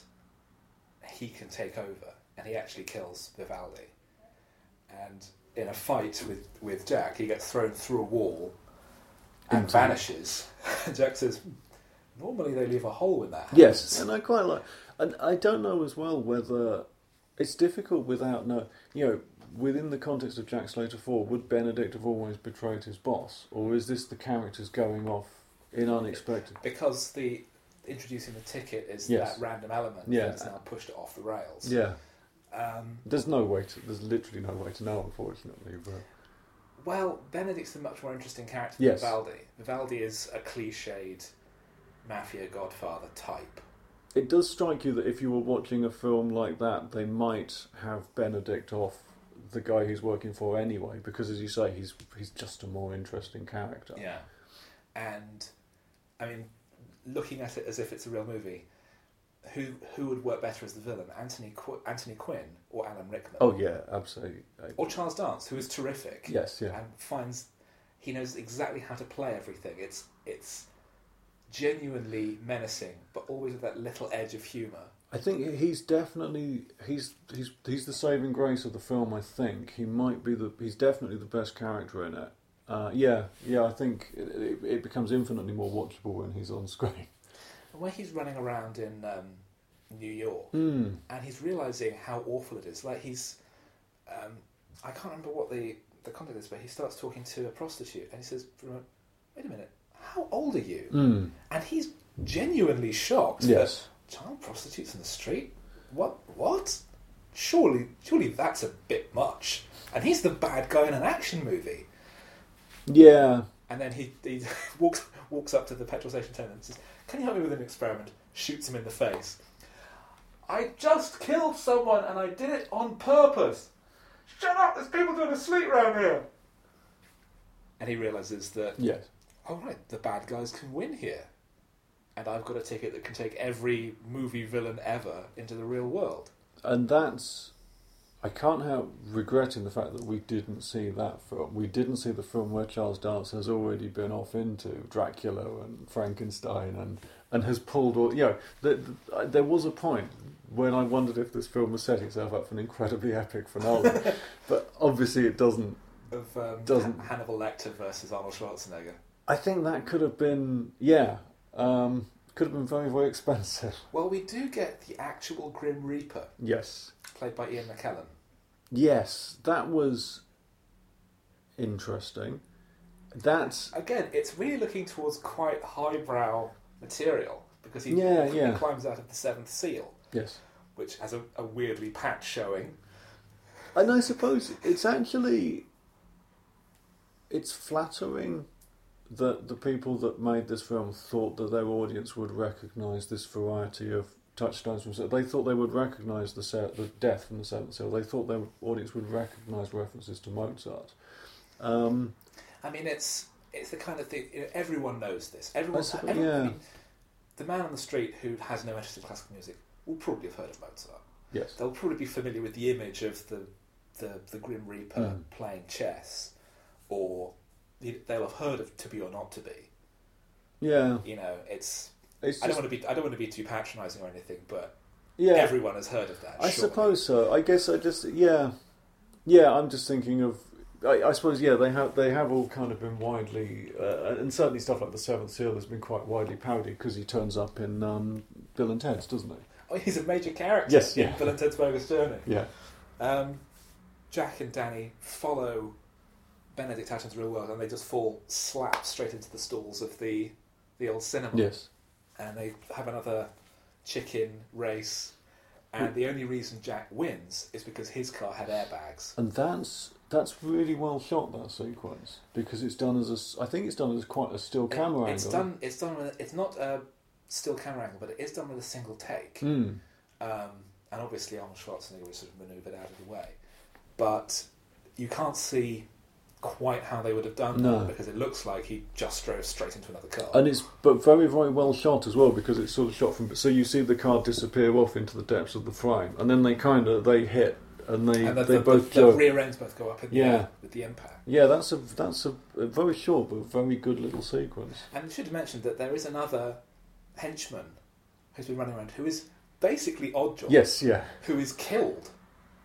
he can take over, and he actually kills Vivaldi. And in a fight with, with Jack, he gets thrown through a wall and Into- vanishes. Jack says, "Normally they leave a hole in that." House. Yes, and I quite like. And I don't know as well whether it's difficult without know. You know, within the context of Jack Slater Four, would Benedict have always betrayed his boss, or is this the characters going off in unexpected? because the introducing the ticket is Yes. that random element Yeah. that's now pushed it off the rails. Yeah, Um, there's no way to. There's literally no way to know, unfortunately. But Well, Benedict's a much more interesting character Yes. than Vivaldi. Vivaldi is a cliched mafia godfather type. it does strike you that if you were watching a film like that, they might have Benedict off the guy he's working for anyway, because as you say, he's he's just a more interesting character. Yeah. And, I mean, looking at it as if it's a real movie, who who would work better as the villain, Anthony Qu- Anthony Quinn or Alan Rickman? Oh yeah, absolutely. Or Charles Dance, who is terrific. Yes, yeah. and finds he knows exactly how to play everything. It's it's genuinely menacing, but always with that little edge of humour. I think he's definitely he's he's he's the saving grace of the film. I think he might be the he's definitely the best character in it. Uh, yeah, yeah. I think it, it, it becomes infinitely more watchable when he's on screen. Where he's running around in um, New York, Mm. and he's realizing how awful it is. Like he's, um, I can't remember what the the content is, but he starts talking to a prostitute, and he says, "Wait a minute, how old are you?" Mm. And he's genuinely shocked. that Yes. child prostitutes in the street. What? What? Surely, surely that's a bit much. And he's the bad guy in an action movie. Yeah. And then he, he walks walks up to the petrol station attendant and says, "Can you help me with an experiment?" Shoots him in the face. I just killed someone and I did it on purpose. Shut up! There's people doing a sleep round here. And he realizes that Yes. all right, the bad guys can win here, and I've got a ticket that can take every movie villain ever into the real world. And that's I can't help regretting the fact that we didn't see that film. We didn't see the film where Charles Dance has already been off into Dracula and Frankenstein and and has pulled all. You know, the, the, I- there was a point when I wondered if this film was setting itself up for an incredibly epic finale, but obviously it doesn't. Of um, Doesn't- Ha- Hannibal Lecter versus Arnold Schwarzenegger. I think that could have been yeah, um, could have been very very expensive. Well, we do get the actual Grim Reaper, Yes, played by Ian McKellen. yes, that was interesting. That's Again, it's really looking towards quite highbrow material because he, Yeah, he yeah. climbs out of the seventh seal, yes. which has a, a weirdly patch showing. And I suppose it's actually it's flattering that the people that made this film thought that their audience would recognise this variety of touchstones from. They thought they would recognise the se- the death from the Seventh Seal. They thought their audience would recognise references to Mozart. Um, I mean, it's it's the kind of thing you know, everyone knows this. Everyone's suppose- everyone, I yeah. mean, the man on the street who has no interest in classical music will probably have heard of Mozart. yes. They'll probably be familiar with the image of the the, the Grim Reaper Mm. playing chess, or the- they'll have heard of "To Be or Not to Be." Yeah. You know, it's It's I don't just want to be I don't want to be too patronising or anything, but yeah. Everyone has heard of that. I surely. suppose so. I guess I just yeah, yeah. I'm just thinking of. I, I suppose yeah, they have they have all kind of been widely, uh, and certainly stuff like the Seventh Seal has been quite widely parodied because he turns up in um, Bill and Ted's, doesn't he? Oh, he's a major character. Yes, yeah. In Bill and Ted's Bogus Journey. Yeah, Um, Jack and Danny follow Benedict Attenborough's real world, and they just fall slap straight into the stalls of the the old cinema. yes, and they have another chicken race. And the only reason Jack wins is because his car had airbags. and that's that's really well shot that sequence because it's done as a. s- I think it's done as quite a still camera It- it's angle. done. It's done. With, it's not a still camera angle, but it is done with a single take. Mm. Um, and obviously Arnold Schwarzenegger was sort of manoeuvred out of the way, but you can't see quite how they would have done No. that because it looks like he just drove straight into another car. And it's but very very well shot as well because it's sort of shot from. So you see the car disappear off into the depths of the frame, and then they kind of they hit and they And the, they the- both the, jerk. rear ends both go up in the Yeah. air with the impact. Yeah, that's a that's a, a very short but very good little sequence. And I should have mentioned that there is another henchman who's been running around who is basically Oddjob, Yes, yeah, who is killed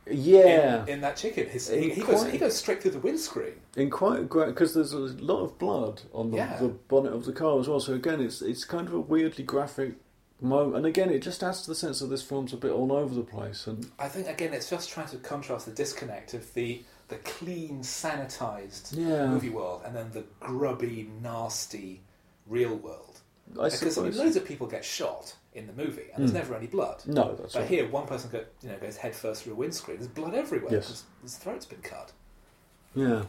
in, yeah. in that chicken. His, In he, he goes, quite- he goes straight through the windscreen. In quite a great because there's a lot of blood on the, Yeah. the bonnet of the car as well. So again, it's it's kind of a weirdly graphic moment, and again, it just adds to the sense that this film's a bit all over the place. And I think, again, it's just trying to contrast the disconnect of the, the clean, sanitised Yeah. movie world and then the grubby, nasty real world. I because I mean, suppose Mm. loads of people get shot in the movie and there's never any blood. no, that's But right. here, one person go, you know, goes headfirst through a windscreen. There's blood everywhere. Yes. 'cause His throat's been cut. Yeah.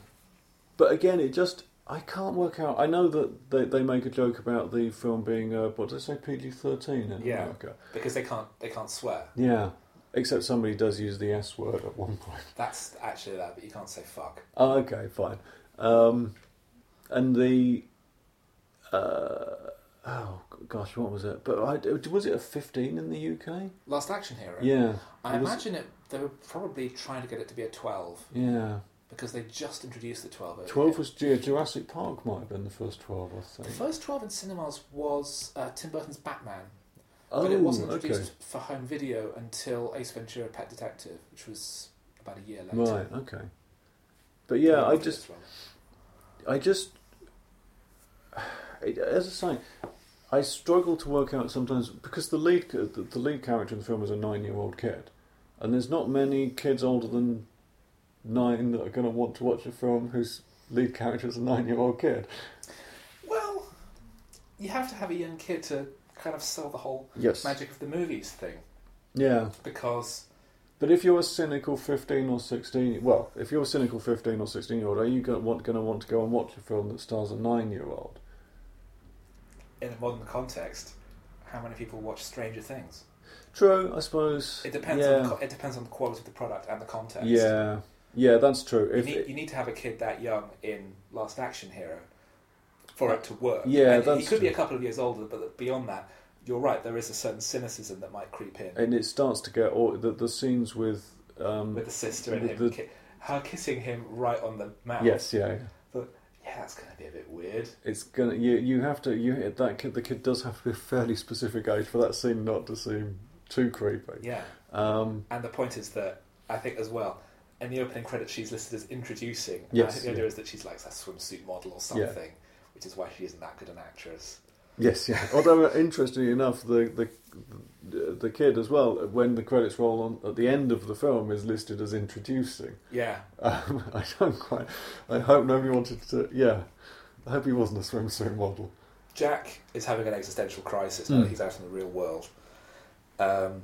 But again, it just. I can't work out. I know that they, they make a joke about the film being, uh, what did they say, PG 13 in Yeah. America? because they can't they can't swear. Yeah. Except somebody does use the S word at one point. That's actually that, but you can't say fuck. Oh, okay, fine. Um, and the. Uh, oh, gosh, what was it? But I, was it a 15 in the UK? Last Action Hero. Yeah. I It was- imagine it. They were probably trying to get it to be a twelve Yeah. because they just introduced the twelve. over 12 here. was Ju- Jurassic Park, might have been the first 12, I the think. first twelve in cinemas was uh, Tim Burton's Batman, Oh, but it wasn't okay. introduced for home video until Ace Ventura: Pet Detective, which was about a year later. Right, okay. But yeah, I just. I just, it, as I say, I struggle to work out sometimes because the lead the, the lead character in the film is a nine year old kid, and there's not many kids older than nine that are going to want to watch a film whose lead character is a nine year old kid. well, you have to have a young kid to kind of sell the whole Yes. magic of the movies thing Yeah, because but if you're a cynical fifteen or sixteen, well, if you're a cynical fifteen or sixteen year old, are you going to want going to want to go and watch a film that stars a nine year old? in a modern context, how many people watch Stranger Things? True, I suppose. It depends. Yeah. On the, co- it depends on the quality of the product and the context. yeah, yeah, that's true. You If need, you need to have a kid that young in Last Action Hero for it to work. Yeah, and he that's could be a true. couple of years older, but beyond that, you're right. There is a certain cynicism that might creep in and it starts to get all the, the scenes with um with the sister and with him, the- ki- her kissing him right on the mouth. yes yeah yeah, that's going to be a bit weird. it's gonna you you have to you that kid the kid does have to be a fairly specific age for that scene not to seem too creepy Yeah, um and the point is that I think as well. In the opening credits, she's listed as introducing. and I Yes, think the yeah. idea is that she's like a swimsuit model or Yeah. something, which is why she isn't that good an actress. yes yeah although uh, interestingly enough the the the kid as well when the credits roll on at the end of the film is listed as introducing Yeah, um, i don't quite i hope nobody wanted to yeah i hope he wasn't a swimsuit model Jack is having an existential crisis now that Hmm. he's out in the real world. Um,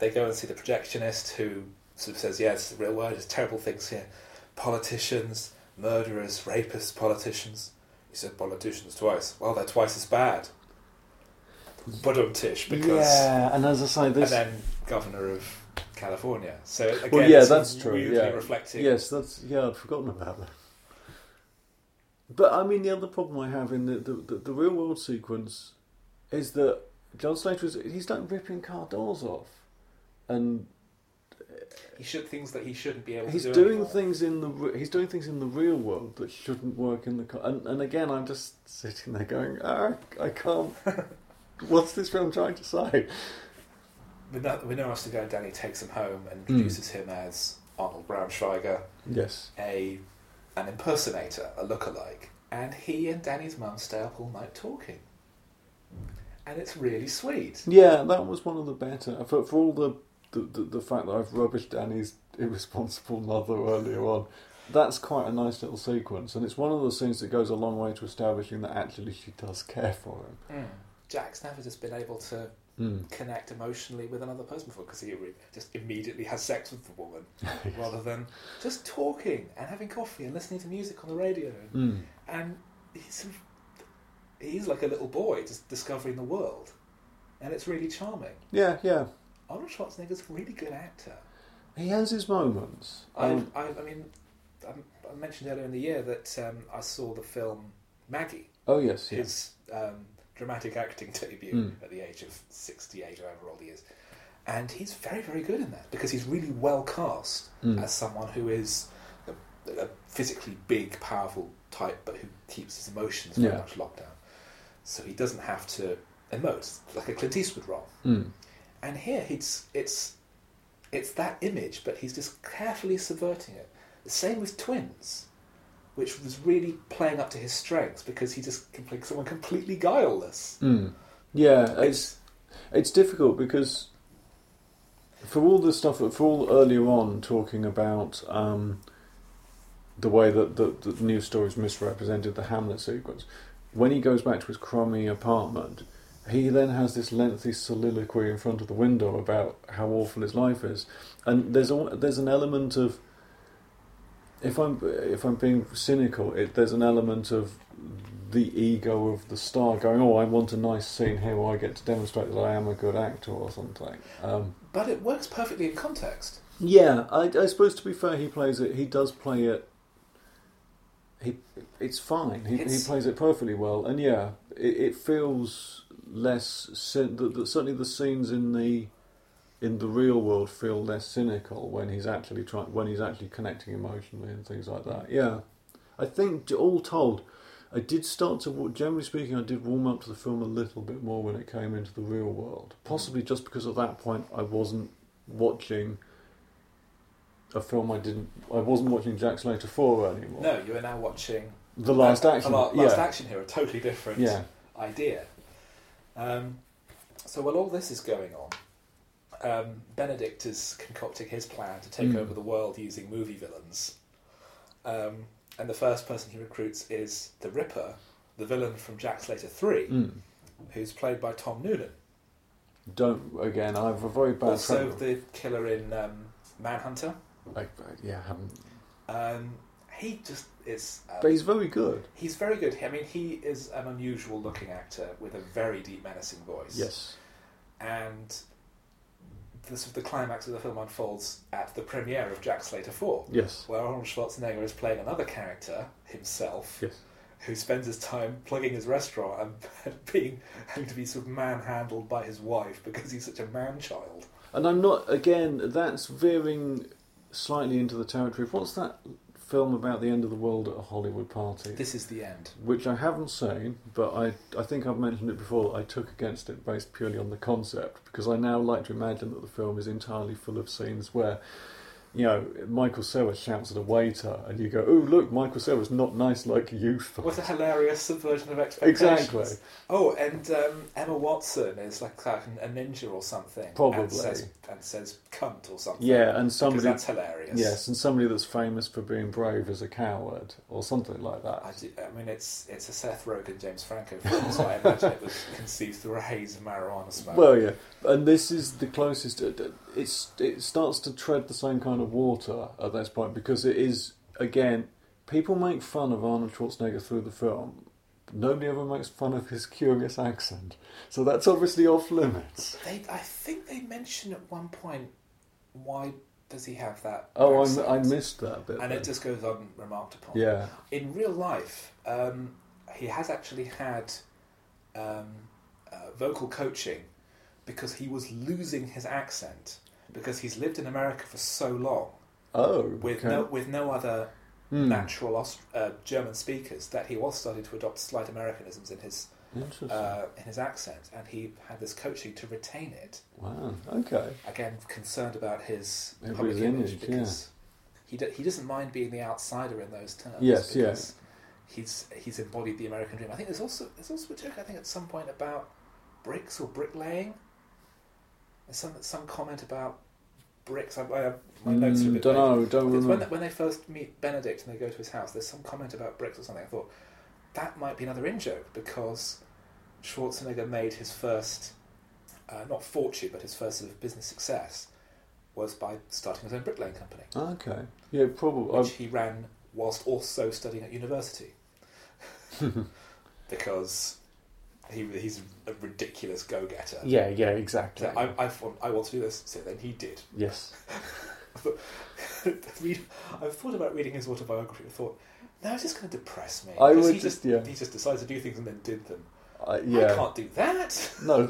they go and see the projectionist who sort of says, Yes, the real world is terrible things here. Politicians, murderers, rapists, politicians. He said politicians twice. Well, they're twice as bad. But um tish, because. yeah and as i say And this then governor of California. So again, Well, yeah, it's that's true, weirdly yeah. reflecting. Yes, that's yeah. I'd forgotten about that. But I mean, the other problem I have in the the, the, the real world sequence is that John Slater is he's like ripping car doors off, and He should things that he shouldn't be able he's to do. doing anymore. things in the re- he's doing things in the real world that shouldn't work in the car. And, and again, I'm just sitting there going, ah, I can't. What's this film trying to say? Mino- Minoru Suga and Danny takes him home and introduces him as Arnold Braunschweiger, Yes. a an impersonator, a lookalike. And he and Danny's mum stay up all night talking. And it's really sweet. Yeah, that was one of the better. For, for all the, the, the, the fact that I've rubbished Danny's irresponsible mother earlier on, that's quite a nice little sequence. And it's one of those things that goes a long way to establishing that actually she does care for him. Jack's never just been able to connect emotionally with another person before because he re- just immediately has sex with the woman rather than just talking and having coffee and listening to music on the radio. And he's, sort of- he's like a little boy just discovering the world. And it's really charming. Yeah, yeah. Arnold Schwarzenegger's a really good actor. He has his moments. I, I, I mean, I, I mentioned earlier in the year that um, I saw the film Maggie, oh, yes, yes. his um, dramatic acting debut at the age of 68 or however old he is. And he's very, very good in that because he's really well cast as someone who is a, a physically big, powerful type, but who keeps his emotions very Yeah. much locked down. So he doesn't have to emote like a Clint Eastwood role. And here it's it's it's that image, but he's just carefully subverting it. The same with twins, which was really playing up to his strengths because he just can play someone completely guileless. Yeah, it's it's difficult because for all the stuff, for all earlier on talking about um, the way that the, the news stories misrepresented the Hamlet sequence, when he goes back to his crummy apartment, he then has this lengthy soliloquy in front of the window about how awful his life is, and there's al- there's an element of if I'm if I'm being cynical, it, there's an element of the ego of the star going, "Oh, I want a nice scene here where I get to demonstrate that I am a good actor or something." Um, But it works perfectly in context. yeah, I, I suppose to be fair, he plays it. He does play it. He, it's fine. He, It's- he plays it perfectly well, and yeah, it, it feels less. Cyn- the, the, certainly, the scenes in the in the real world feel less cynical when he's actually trying when he's actually connecting emotionally and things like that. Yeah, I think j- all told, I did start to wa- generally speaking, I did warm up to the film a little bit more when it came into the real world. Possibly just because at that point I wasn't watching a film I didn't. I wasn't watching Jack Slater four anymore. No, you are now watching The last Uh, action. la- Last yeah. action here, a totally different Yeah. idea. Um, so while all this is going on, um, Benedict is concocting his plan to take Hmm. over the world using movie villains. Um, and the first person he recruits is the Ripper, the villain from Jack Slater 3, Mm. who's played by Tom Noonan, Don't again. I have a very bad. also track- the killer in um, Manhunter. I, I- yeah, I haven't. Um, he just is. um, But he's very good. He's very good. I mean, he is an unusual looking actor with a very deep, menacing voice. Yes. And this, the climax of the film unfolds at the premiere of Jack Slater 4, Yes. where Arnold Schwarzenegger is playing another character, himself, Yes. who spends his time plugging his restaurant and being having to be sort of manhandled by his wife because he's such a man child. And I'm not again. That's veering slightly into the territory. of What's that film about the end of the world at a Hollywood party? This is the end. which I haven't seen, but I, I think I've mentioned it before. I took against it based purely on the concept because I now like to imagine that the film is entirely full of scenes where, you know, Michael Cera shouts at a waiter and you go, "Oh, look, Michael Cera's not nice like you thought." What a hilarious subversion of expectations. Exactly. Oh, and um, Emma Watson is like, like a ninja or something. Probably. And says, and says cunt or something. Yeah, and Because somebody that's hilarious. yes, and somebody that's famous for being brave is a coward or something like I, that. do- I mean, it's it's a Seth Rogen, James Franco film, so I imagine it was conceived through a haze of marijuana smoke. Well, yeah, and this is the closest. it- it- It's it starts to tread the same kind of water at this point because it is again. People make fun of Arnold Schwarzenegger through the film. Nobody ever makes fun of his curious accent, so that's obviously off limits. they, I think they mention at one point why does he have that? Oh, accent? I, I missed that bit. And then. it just goes unremarked upon. yeah, In real life, um, he has actually had um, uh, vocal coaching because he was losing his accent because he's lived in America for so long oh, with okay. no with no other natural Aust- uh, German speakers that he was starting to adopt slight Americanisms in his Interesting. uh, in his accent, and he had this coaching to retain it. wow. Okay. Again, concerned about his Maybe public his image, image, yeah. because he do, he doesn't mind being the outsider in those terms. Yes, yeah. because He's he's embodied the American dream. I think there's also there's also a joke I think at some point about bricks or bricklaying. There's some some comment about bricks. I, I, my notes are a bit vague. Mm, don't know. Don't Because remember. when, they- when they first meet Benedict and they go to his house, there's some comment about bricks or something. I thought that might be another in joke because Schwarzenegger made his first, uh, not fortune, but his first sort of business success was by starting his own bricklaying company, Okay. Yeah, probably. which he ran whilst also studying at university. because he, he's a ridiculous go getter. Yeah, yeah, exactly. uh, I, I, want- I want to do this, so then he did. yes. read, I've thought about reading his autobiography and thought, no, it's just going to depress me. I 'Cause would he just- just, yeah. he just decided to do things and then did them. I, I, I yeah. can't do that. No,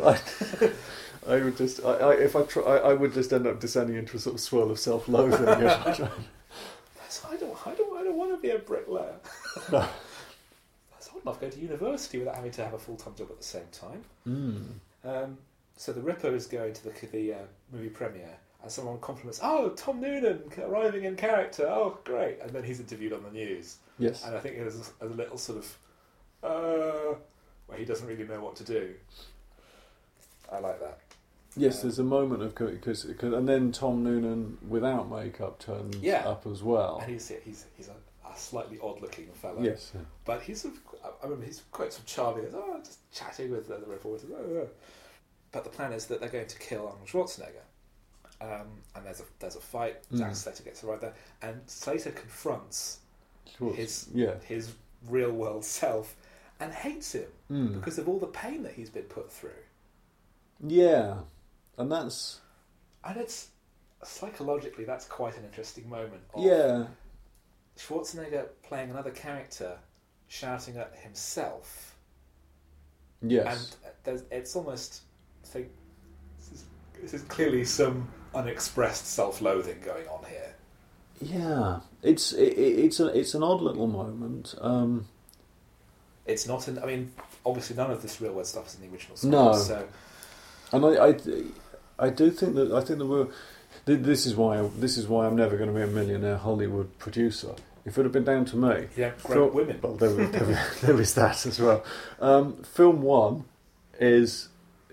I, I would just, I, I if I try, I, I would just end up descending into a sort of swirl of self-loathing. if I tried. That's- I don't, I don't, I don't want to be a bricklayer. That's odd enough going to university without having to have a full time job at the same time. Mm. Um, so the Ripper is going to the the uh, movie premiere, and someone compliments, "Oh, Tom Noonan arriving in character. Oh, great!" And then he's interviewed on the news. Yes. And I think there's a little sort of, uh, where he doesn't really know what to do. I like that. uh, yes, there's a moment of because and then Tom Noonan without makeup turns Yeah. up as well. And he's he's he's a, a slightly odd looking fellow. Yes. But he's sort of, I remember he's quite sort of charming. He's, oh, just chatting with the, the reporters. Oh, oh." But the plan is that they're going to kill Arnold Schwarzenegger. Um, and there's a there's a fight. Mm. Zack Slater gets arrived there, and Slater confronts Schwarz- his yeah. his real world self and hates him Mm. because of all the pain that he's been put through. Yeah. And that's And it's psychologically that's quite an interesting moment. Of yeah. Schwarzenegger playing another character, shouting at himself. Yes. And there's, it's almost I think this is, this is clearly some unexpressed self-loathing going on here. yeah. It's it, it's a it's an odd little moment. Um It's not in. I mean, obviously, none of this real world stuff is in the original script. No. So And I, I, I do think that I think that we're. th- This is why this is why I'm never going to be a millionaire Hollywood producer. If it had been down to me, you don't grow Phil- women. Well, there, was- there, was- there is that as well. Um, film one is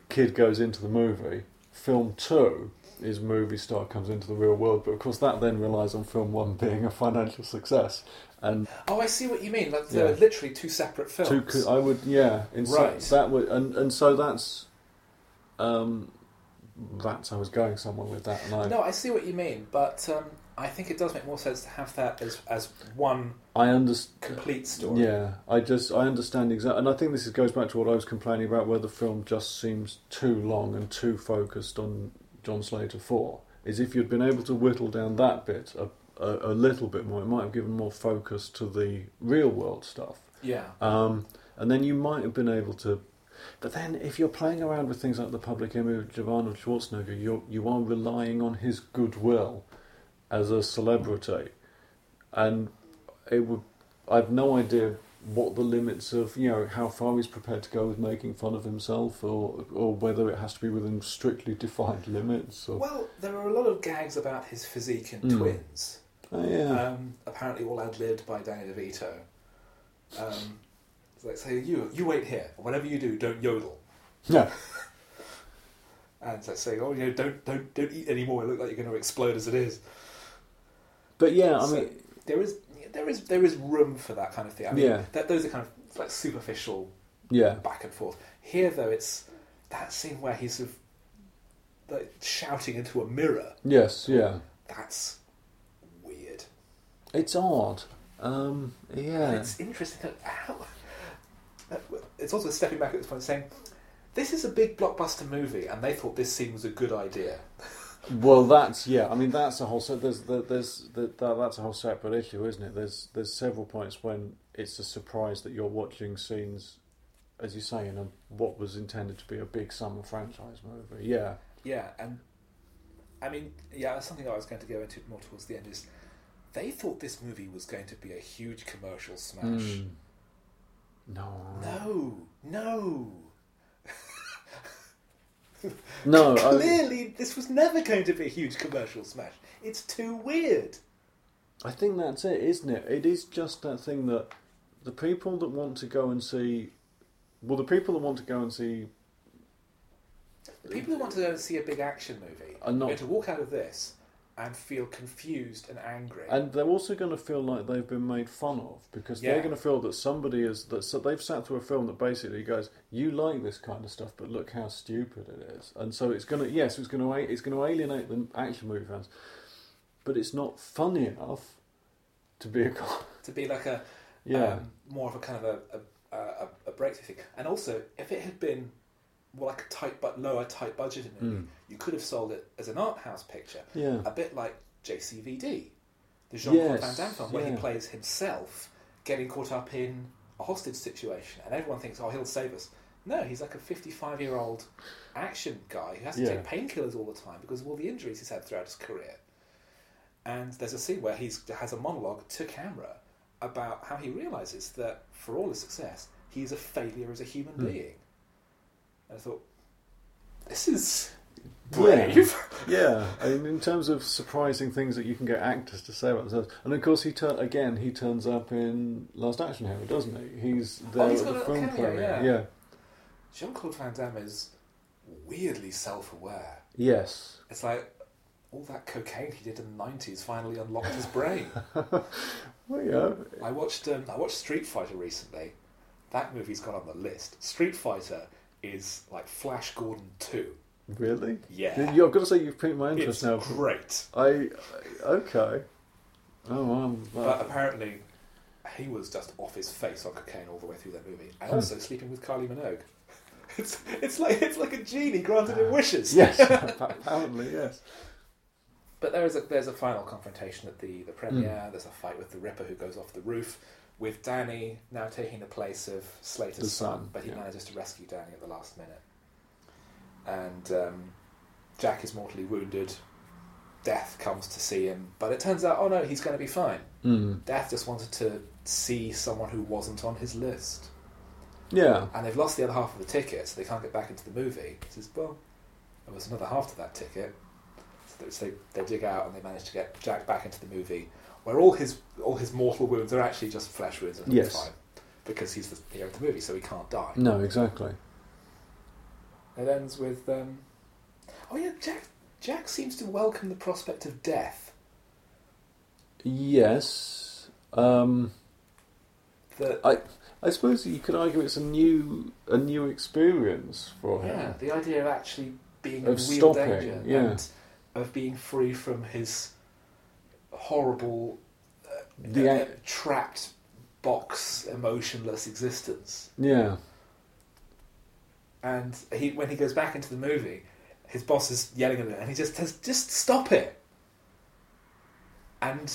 kid goes into the movie. Film two is movie star comes into the real world. But of course, that then relies on film one being a financial success. And Oh, I see what you mean. Like they're Yeah. literally two separate films. two, co- I would yeah, in so- Right. that would and, and so that's. Um, that's I was going somewhere with that, and I, no, I see what you mean, but um, I think it does make more sense to have that as as one I understand. complete story. Yeah, I just I understand exactly, and I think this is, goes back to what I was complaining about, where the film just seems too long and too focused on John Slater Four. Is if you'd been able to whittle down that bit a, a, a little bit more, it might have given more focus to the real world stuff. Yeah. Um, and then you might have been able to. But then, if you're playing around with things like the public image of Arnold Schwarzenegger, you're, you are relying on his goodwill as a celebrity. And it would, I've no idea what the limits of, you know, how far he's prepared to go with making fun of himself or, or whether it has to be within strictly defined limits. Or, Well, there are a lot of gags about his physique in Mm. Twins. Oh, yeah. Um, apparently, all ad libbed by Danny DeVito. Um, it's like, say, you you wait here. Whatever you do, don't yodel. yeah. And it's like saying, oh, you know, don't don't don't eat anymore. You look like you're going to explode as it is. But yeah, I So- mean, There is there is there is room for that kind of thing. I mean, Yeah. that, those are kind of like superficial yeah. back and forth. Here, though, it's that scene where he's sort of like, shouting into a mirror. Yes, yeah. That's weird. It's odd. Um, yeah. And it's interesting. that- How, it's also stepping back at this point, and saying this is a big blockbuster movie, and they thought this scene was a good idea. Well, that's yeah. I mean, that's a whole set. There's there- there's that, that that's a whole separate issue, isn't it? There's there's several points when it's a surprise that you're watching scenes, as you say, in a, what was intended to be a big summer franchise movie. Yeah, Yeah, and I mean, yeah, that's something I was going to go into more towards the end is they thought this Hmm. movie was going to be a huge commercial smash. no, No, No. No, Oh. I, Clearly, this was never going to be a huge commercial smash. It's too weird. I think that's it, isn't it? It is just that thing that the people that want to go and see, well, the people that want to go and see, The people who want to go and see a big action movie Are not- going to walk out of this and feel confused and angry. and they're also going to feel like they've been made fun of because they're Yeah. going to feel that somebody is that so they've sat through a film that basically goes, "You like this kind of stuff, but look how stupid it is," and so it's going to yes, it's going to it's going to alienate the action movie fans, but it's not funny enough to be a co- to be like a Yeah. um, more of a kind of a, a, a, a breakthrough thing. And also, if it had been more like a tight but lower tight budgeted movie, you could have sold it as an art house picture, Hmm. Yeah. a bit like JCVD, the Jean Claude Yes, Van Damme film, where yeah. he plays himself getting caught up in a hostage situation, and everyone thinks, "Oh, he'll save us." No, he's like a 55 year old action guy who has to Yeah. take painkillers all the time because of all the injuries he's had throughout his career. And there's a scene where he has a monologue to camera about how he realizes that for all his success, he's a failure as a human being. And I thought, this is brave. Yeah, I mean, in terms of surprising things that you can get actors to say about themselves, and of course he turn again he turns up in Last Action Hero, doesn't he? He's there Oh, he's at got the a film cameo, premiere. yeah. Yeah. Jean Claude Van Damme is weirdly self aware. Yes. It's like all that cocaine he did in the 90s finally unlocked his brain. Well, yeah. I watched um, I watched Street Fighter recently. That movie's got on the list. Street Fighter is like Flash Gordon 2. Really? Yeah. You- I've got to say you've piqued my It's interest now. great. I, I- okay. Oh wow. But apparently, he was just off his face on cocaine all the way through that movie, and also sleeping with Kylie Minogue. It's it's like it's like a genie granted him wishes. yes. apparently yes. But there is a there's a final confrontation at the the premiere. Hmm. There's a fight with the Ripper who goes off the roof, with Danny now taking the place of Slater's The son, son, but he yeah. manages to rescue Danny at the last minute. And um, Jack is mortally wounded. Death comes to see him, but it turns out, oh no, he's going to be fine. Mm. Death just wanted to see someone who wasn't on his list. Yeah. And they've lost the other half of the ticket, so they can't get back into the movie. He says, Well, there was another half to that ticket. So they- so they, they dig out and they manage to get Jack back into the movie, where all his all his mortal wounds are actually just flesh wounds and Yes. yes. fine. Because he's the hero of the movie, so he can't die. No, exactly. It ends with um, Oh yeah, Jack Jack seems to welcome the prospect of death. Yes. Um. That I I suppose you could argue it's a new a new experience for him. Yeah, the idea of actually being Of in real stopping, danger yeah. and of being free from his horrible, The uh, ac- trapped box, emotionless existence. yeah. And he, when he goes back into the movie, his boss is yelling at him, and he just says, "Just stop it," and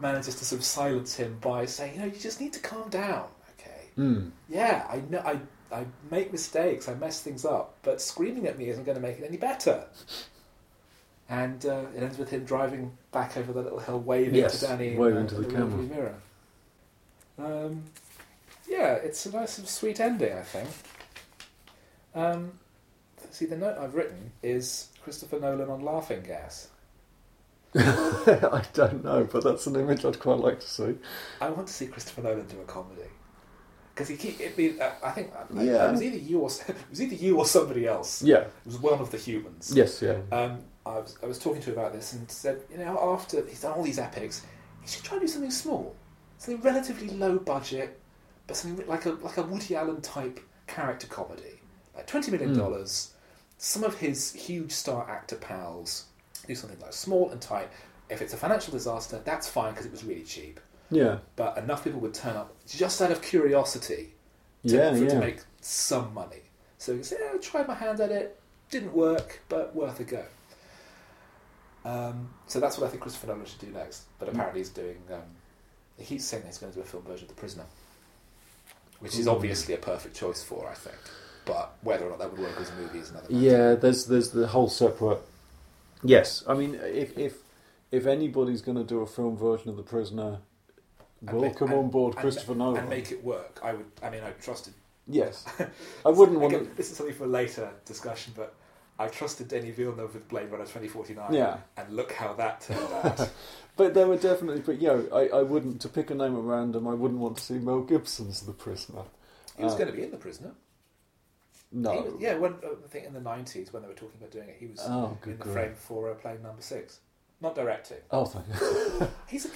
manages to sort of silence him by saying, "You know, you just need to calm down, okay?" Mm. Yeah, I know. I I make mistakes. I mess things up. But screaming at me isn't going to make it any better. And uh, it ends with him driving back over the little hill, waving Yes, to Danny, waving in to the in camera. rearview mirror. Um, yeah, it's a nice and sweet ending, I think. Um, see, the note I've written is Christopher Nolan on laughing gas. I don't know, but that's an image I'd quite like to see. I want to see Christopher Nolan do a comedy because he keep. It, be- uh, I I think I- I- Yeah. it was either you or s- it was either you or somebody else. Yeah. It was one of the humans. Yes. Yeah. Um, I was I was talking to him about this and said, you know, after he's done all these epics, he should try and do something small, something relatively low budget, but something like a like a Woody Allen type character comedy, like twenty million dollars. Some of his huge star actor pals do something like small and tight. If it's a financial disaster, that's fine because it was really cheap. Yeah. But enough people would turn up just out of curiosity to, Yeah. for, yeah. to make some money. So you say, oh, tried my hand at it, didn't work, but worth a go. Um, so that's what I think Christopher Nolan should do next. But Mm. apparently he's doing, um, he keeps saying he's going to do a film version of The Prisoner, which is obviously a perfect choice for, I think. But whether or not that would work as a movie is another matter. yeah. There's there's the whole separate. Yes. I mean, if if if anybody's going to do a film version of The Prisoner, And make- welcome and- on board and- Christopher Nolan. And make it work. I would. I mean, I trusted Yes. I wouldn't want Again, to. this is something for later discussion, but I trusted Denny Villeneuve with Blade Runner 2049. Yeah. And look how that turned out. But there were definitely, but you know, I, I wouldn't to pick a name at random. I wouldn't want to see Mel Gibson's The Prisoner. he was Uh, going to be in The Prisoner. He No, was- yeah, when, uh, I think in the 90s when they were talking about doing it, he was Oh, good in the grief. frame for uh, playing number six. Not directing. Oh, thank you. He's a,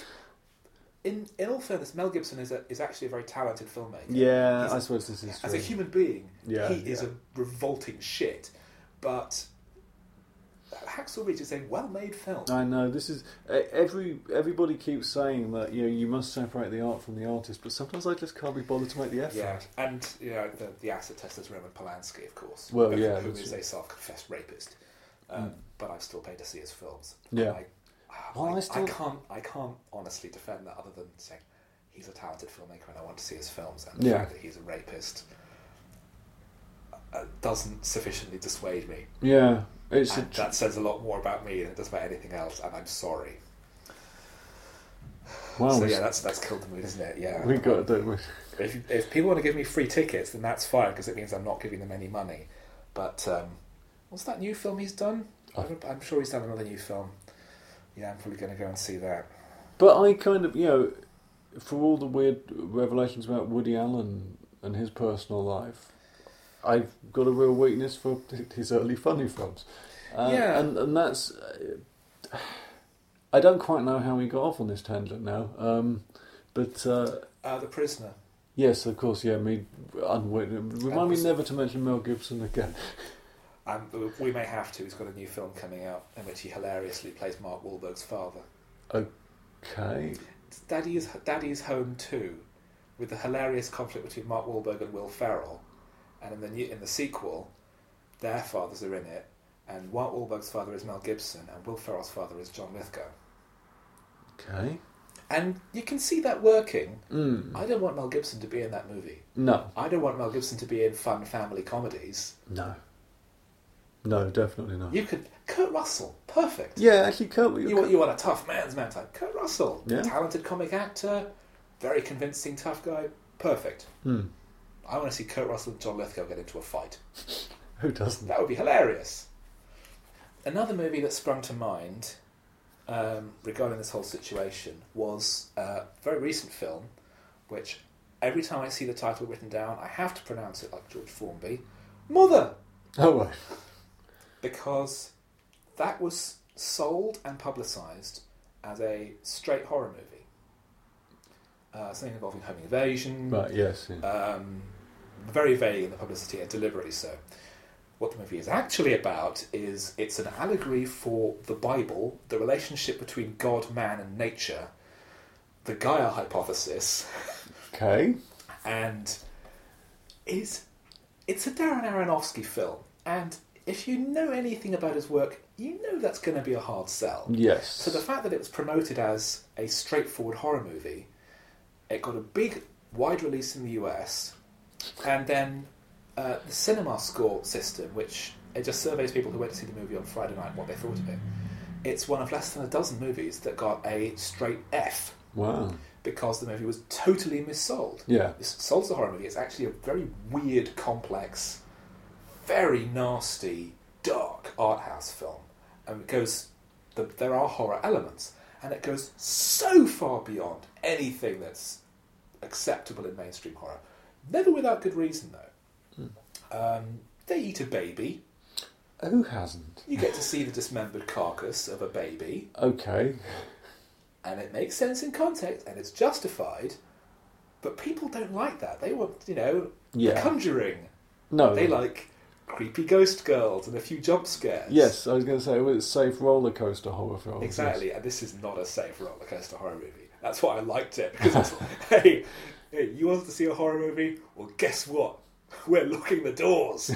in, in all fairness, Mel Gibson is, a, is actually a very talented filmmaker. Yeah, He's- I suppose this is As a true. human being, Yeah, he is yeah. a revolting shit. But Hacksaw Ridge is a well made film. I know this is e- every everybody keeps saying that you know you must separate the art from the artist, but sometimes I just can't be bothered to make the effort. Yeah, and you know the, the acid testers Roman Polanski, of course. Well, both yeah, of whom that's is it. Hmm. a self-confessed rapist. Um, But I've still paid to see his films. Yeah. I, ah, Well, I, I I still- can't. I can't honestly defend that other than saying he's a talented filmmaker and I want to see his films. And the Yeah. fact that he's a rapist uh, doesn't sufficiently dissuade me. Yeah, it's a And that says a lot more about me than it does about anything else. And I'm sorry. wow. so we- yeah, that's that's killed the mood, isn't it? Yeah. we got it, don't we? If, if people want to give me free tickets, then that's fine because it means I'm not giving them any money. But um, what's that new film he's done? I'm- I'm sure he's done another new film. Yeah, I'm probably going to go and see that. But I kind of, you know, for all the weird revelations about Woody Allen and his personal life, I've got a real weakness for his early funny films. Uh, Yeah. and and that's. Uh, I don't quite know how he got off on this tangent now, um, but uh, Uh, the Prisoner. yes, of course, yeah. Me, unwit- remind me Elvis. never to mention Mel Gibson again. Um, we may have to. He's got a new film coming out in which he hilariously plays Mark Wahlberg's father. Okay, It's Daddy's Daddy's Home Two, with the hilarious conflict between Mark Wahlberg and Will Ferrell, and in the new, in the sequel, their fathers are in it, and Mark Wahlberg's father is Mel Gibson, and Will Ferrell's father is John Lithgow. okay. And you can see that working. Mm. I don't want Mel Gibson to be in that movie. No, I don't want Mel Gibson to be in fun family comedies. no, no, definitely not. You could Kurt Russell, perfect. Yeah, actually, Kurt, You want you want a tough man's man type. Kurt Russell, Yeah. talented comic actor, very convincing tough guy, perfect. Hmm. I want to see Kurt Russell and John Lithgow get into a fight. who doesn't? That would be hilarious. Another movie that sprung to mind um, regarding this whole situation was uh, a very recent film, which every time I see the title written down, I have to pronounce it like George Formby Mother! Oh, right. Because that was sold and publicised as a straight horror movie. Uh, something involving home invasion, Right, yes. Yeah. um, very vague in the publicity and deliberately so. What the movie is actually about is it's an allegory for the Bible, the relationship between God, man, and nature, the Gaia hypothesis, okay. and is it's a Darren Aronofsky film. And if you know anything about his work, you know that's going to be a hard sell. Yes. So the fact that it was promoted as a straightforward horror movie, it got a big, wide release in the US, and then uh, the cinema score system, which it just surveys people who went to see the movie on Friday night what they thought of it. It's one of less than a dozen movies that got a straight F wow. because the movie was totally missold. Yeah. It's sold as a horror movie. It's actually a very weird, complex, very nasty, dark art house film, and it goes. The, there are horror elements, and it goes so far beyond anything that's acceptable in mainstream horror. Never without good reason, though. Um, they eat a baby. Who hasn't? You get to see the dismembered carcass of a baby Okay. and it makes sense in context and it's justified but people don't like that they want you know Yeah. the conjuring No. they like creepy ghost girls and a few jump scares Yes, I was going to say well, it's safe roller coaster horror films. yes. exactly and this is not a safe roller coaster horror movie that's why i liked it because it's like, hey, hey you wanted to see a horror movie well guess what we're locking the doors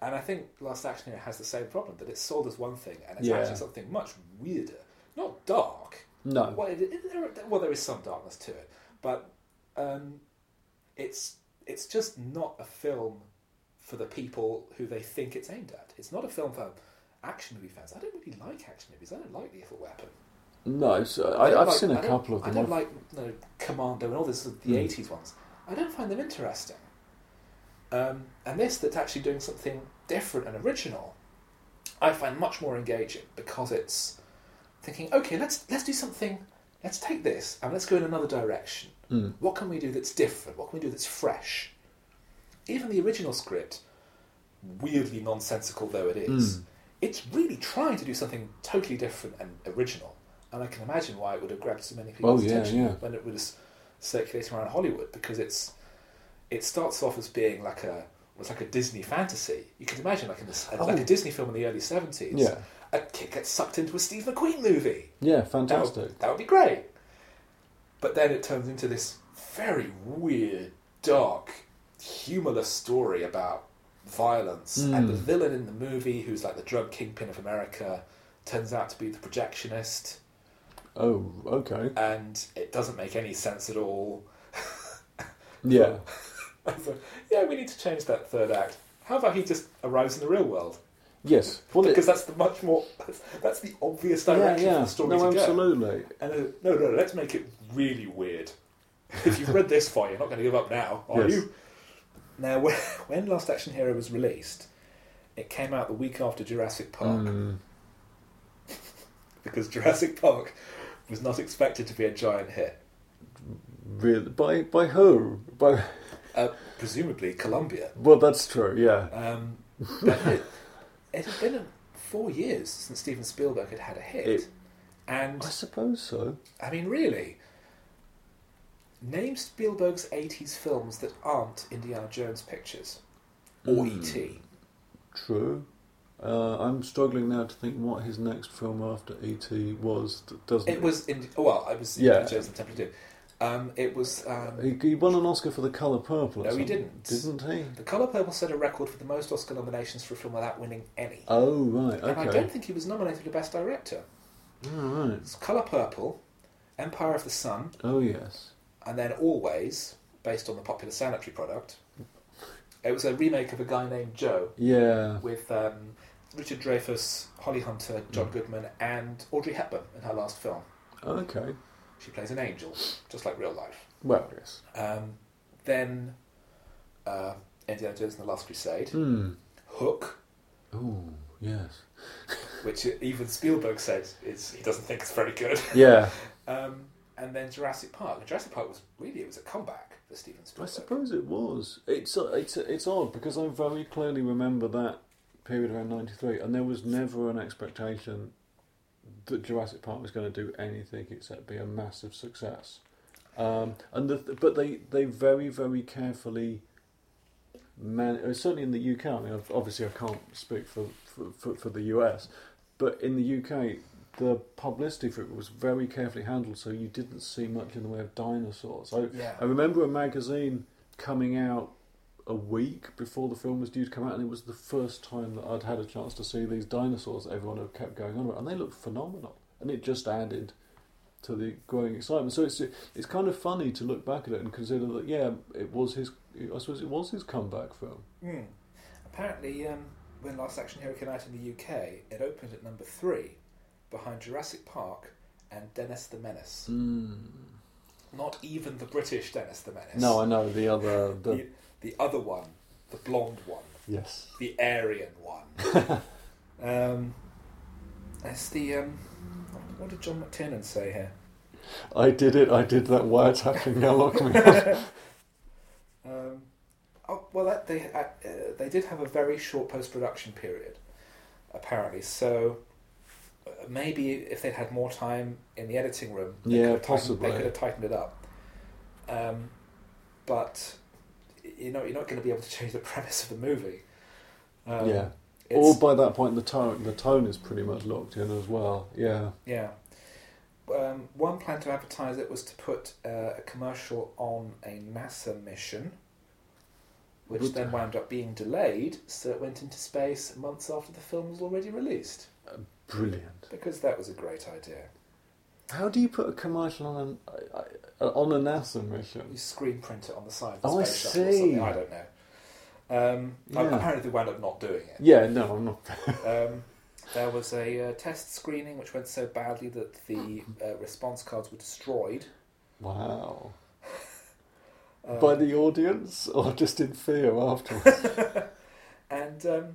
and i think last action hero has the same problem that it's sold as one thing and it's Yeah. actually something much weirder not dark No. Well, it, it, there, well, there is some darkness to it, but um, it's it's just not a film for the people who they think it's aimed at. It's not a film for action movie fans. I don't really like action movies. I don't like Lethal Weapon. No, so I I, don't I've like- seen I a don't- couple of I them. don't I've- like you know, Commando and all this the Mm. '80s ones. I don't find them interesting. Um, and this, that's actually doing something different and original, I find much more engaging because it's thinking, okay, let's let's do something. Let's take this and let's go in another direction. Mm. What can we do that's different? What can we do that's fresh? Even the original script, weirdly nonsensical though it Hmm. is, it's really trying to do something totally different and original. And I can imagine why it would have grabbed so many people's Oh, yeah, attention yeah. when it was circulating around Hollywood because it's it starts off as being like a was like a Disney fantasy. You can imagine like in this, like a Disney film in the early seventies. Oh. Yeah. a kid gets sucked into a Steve McQueen movie. Yeah, That would- fantastic. that would be great. But then it turns into this very weird, dark, humorless story about violence. And the Hmm. villain in the movie, who's like the drug kingpin of America, turns out to be the projectionist, Oh, okay. and it doesn't make any sense at all. Yeah. I thought, yeah, we need to change that third act. How about he just arrives in the real world? Yes. Well, it- Because that's the much more that's, that's the obvious yeah, direction for yeah. the story No, to absolutely. go. And uh, no, no, let's make it really weird. If you've read this far, you're not going to give up now, are Yes. you? Now, when, when Last Action Hero was released, it came out the week after Jurassic Park Mm. because Jurassic Park was not expected to be a giant hit. Really, by by who? By Uh, presumably, Columbia. well, that's true. Yeah. Um, but it, it had been four years since Steven Spielberg had had a hit, It- and I suppose so. I mean, really, name Spielberg's '80s films that aren't Indiana Jones pictures or Hmm. E E.T. True. Uh, I'm struggling now to think what his next film after E.T. was that doesn't. It was in well, it was Yeah. Indiana Jones and the Temple of Doom. Um, it was um, He, he won an Oscar for The Colour Purple. or No, he something, didn't. Didn't he? The Color Purple set a record for the most Oscar nominations for a film without winning any. Oh right. And I don't Okay. think he was nominated for Best Director. All right. It's Color Purple, Empire of the Sun, Oh yes. and then Always, based on the popular sanitary product. It was a remake of a guy named Joe Yeah. with um, Richard Dreyfuss, Holly Hunter, John Goodman, and Audrey Hepburn in her last film. Okay. She plays an angel, just like real life. Well, yes. Um, then uh, Indiana Jones and the Last Crusade, Hmm. Hook, Oh yes. which even Spielberg said is he doesn't think it's very good. Yeah. Um, and then Jurassic Park. Jurassic Park was really it was a comeback for Steven I Spielberg. suppose it was. It's uh, it's it's odd because I very clearly remember that period around '93, and there was never an expectation that Jurassic Park was going to do anything except be a massive success. Um, and the, but they they very very carefully man uh, certainly in the UK. I mean, I've- obviously I can't speak for for, for for the US, but in the UK. The publicity for it was very carefully handled, so you didn't see much in the way of dinosaurs. I, Yeah. I remember a magazine coming out a week before the film was due to come out, and it was the first time that I'd had a chance to see these dinosaurs that everyone had kept going on about, and they looked phenomenal. And it just added to the growing excitement. So it's it's kind of funny to look back at it and consider that yeah, it was his. I suppose it was his comeback film. Hmm. Apparently, um, when Last Action Hero came out in the UK, it opened at number three, behind Jurassic Park and Dennis the Menace. Hmm. Not even the British Dennis the Menace. No, I know the other. The, the, the other one, the blonde one, yes. the Aryan one. um, that's the um, what did John McTiernan say here? I did it. I did that wiretapping. Now lock me up. Um, oh, well, that, they uh, uh, they did have a very short post production period, apparently. So uh, maybe if they'd had more time in the editing room, they Yeah, could have tightened- possibly. they could have tightened it up. Um, but y- you know, you're not going to be able to change the premise of the movie. Um, Yeah. Or it's- by that point, the tone the tone is pretty much locked in as well. Yeah. Yeah. Um, one plan to advertise it was to put uh, a commercial on a NASA mission, which Would- then wound up being delayed, so it went into space months after the film was already released. Brilliant. Because that was a great idea. How do you put a commercial on an, uh, on a NASA You mission? screen print it on the side of the Oh, I space shuttle or see. something, I don't know. Um, Yeah. Apparently, they wound up not doing it. Yeah, no, I'm not. Um, there was a uh, test screening which went so badly that the uh, response cards were destroyed. Wow. Um, by the audience or just in fear afterwards? and um,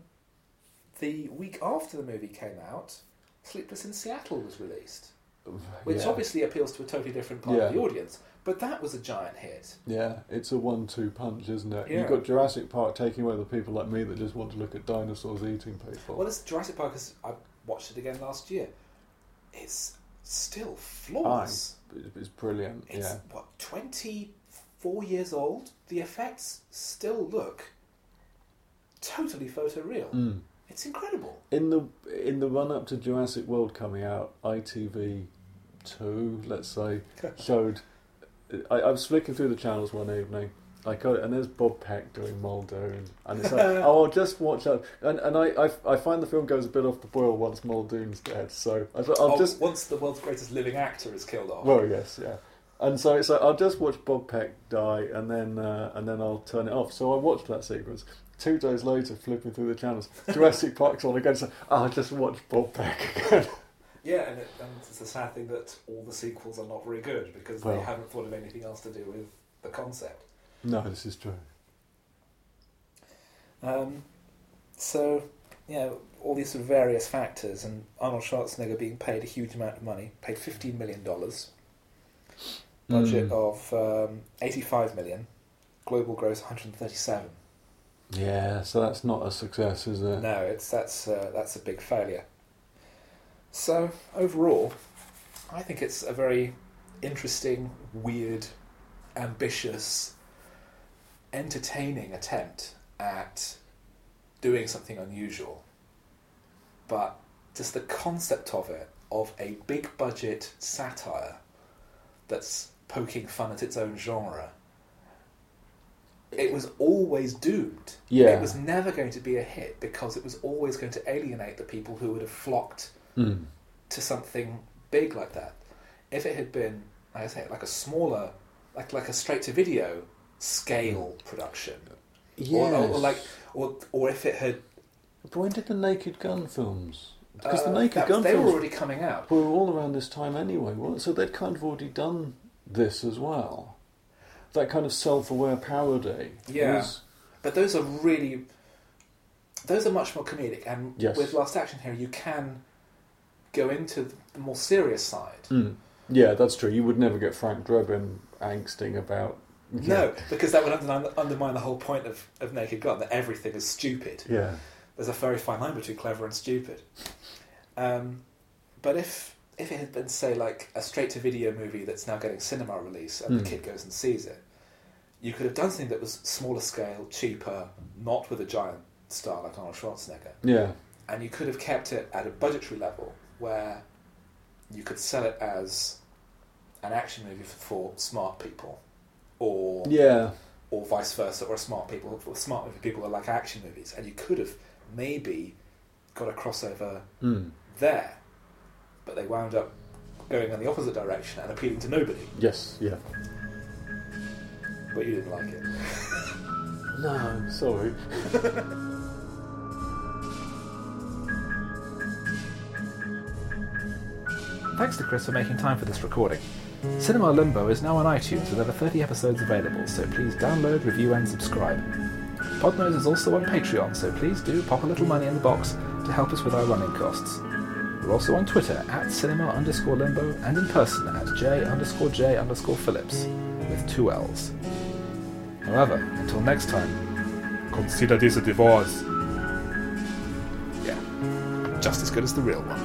the week after the movie came out, Sleepless in Seattle was released, which yeah. obviously appeals to a totally different part of Yeah. the audience. But that was a giant hit. Yeah, it's a one-two punch, isn't it? Yeah. You've got Jurassic Park taking away the people like me that just want to look at dinosaurs eating people. Well, it's Jurassic Park. Is, I watched it again last year. It's still Aye. flawless. It's- It's brilliant. It's yeah, what twenty four years old. The effects still look totally photoreal. Mm. It's incredible. in the in the run up to Jurassic World coming out, ITV two, let's say, showed. I, I was flicking through the channels one evening. I got it, and there's Bob Peck doing Muldoon, and it's like, oh, I'll just watch that. And and I, I I find the film goes a bit off the boil once Muldoon's dead. So I thought, I'll Oh, just once the world's greatest living actor is killed off. Well, yes, yeah. And so it's like I'll just watch Bob Peck die, and then uh, and then I'll turn it off. So I watched that sequence. Two days later, flipping through the channels, Jurassic Park's on again. So I'll just watch Bob Peck again. Yeah, and, it, and it's a sad thing that all the sequels are not very good because Well. they haven't thought of anything else to do with the concept. no, this is true. Um, so, you know, all these sort of various factors, and Arnold Schwarzenegger being paid a huge amount of money, paid $15 million, budget of um, $85 million, global gross 137 Yeah, so that's not a success, is it? No, it's that's uh, that's a big failure. So overall, I think it's a very interesting, weird, ambitious, entertaining attempt at doing something unusual. But just the concept of it, of a big budget satire that's poking fun at its own genre. It was always doomed. Yeah. It was never going to be a hit because it was always going to alienate the people who would have flocked Mm. to something big like that. If it had been, like I say, like a smaller, like like a straight to video scale production, or, or, or like, or or if it had, But when did the Naked Gun films? Because uh, the Naked that- Gun they were films already coming out. were all around this time anyway, weren't so they'd kind of already done this as well. That kind of self-aware parody. Yeah. was- But those are really, those are much more comedic. And Yes. with Last Action Hero, you can go into the more serious side. Mm. Yeah, that's true. You would never get Frank Drebin angsting about. No, because that would undermine, undermine the whole point of, of Naked Gun that everything is stupid. Yeah. There's a very fine line between clever and stupid. Um, but if if it had been, say, like a straight to video movie that's now getting cinema release and the Hmm. kid goes and sees it, you could have done something that was smaller scale, cheaper, not with a giant star like Arnold Schwarzenegger, Yeah. and you could have kept it at a budgetary level where you could sell it as an action movie for, for smart people or Yeah. or vice versa, or smart people, or smart movie people are like action movies, and you could have maybe got a crossover Mm. there, but they wound up going in the opposite direction and appealing to nobody. Yes. Yeah. But you didn't like it. No, sorry. Thanks to Chris for making time for this recording. Cinema Limbo is now on iTunes with over 30 episodes available, so please download, review, and subscribe. Podnose is also on Patreon, so please do pop a little money in the box to help us with our running costs. We're also on Twitter at cinema underscore limbo and in person at j underscore j underscore Phillips with two L's. However, until next time, consider this a divorce. Yeah, just as good as the real one.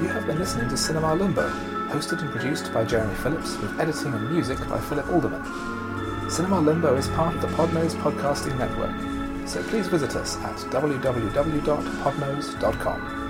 You have been listening to Cinema Limbo, hosted and produced by Jeremy Phillips, with editing and music by Philip Alderman. Cinema Limbo is part of the Podnose Podcasting Network, so please visit us at www.podnose.com.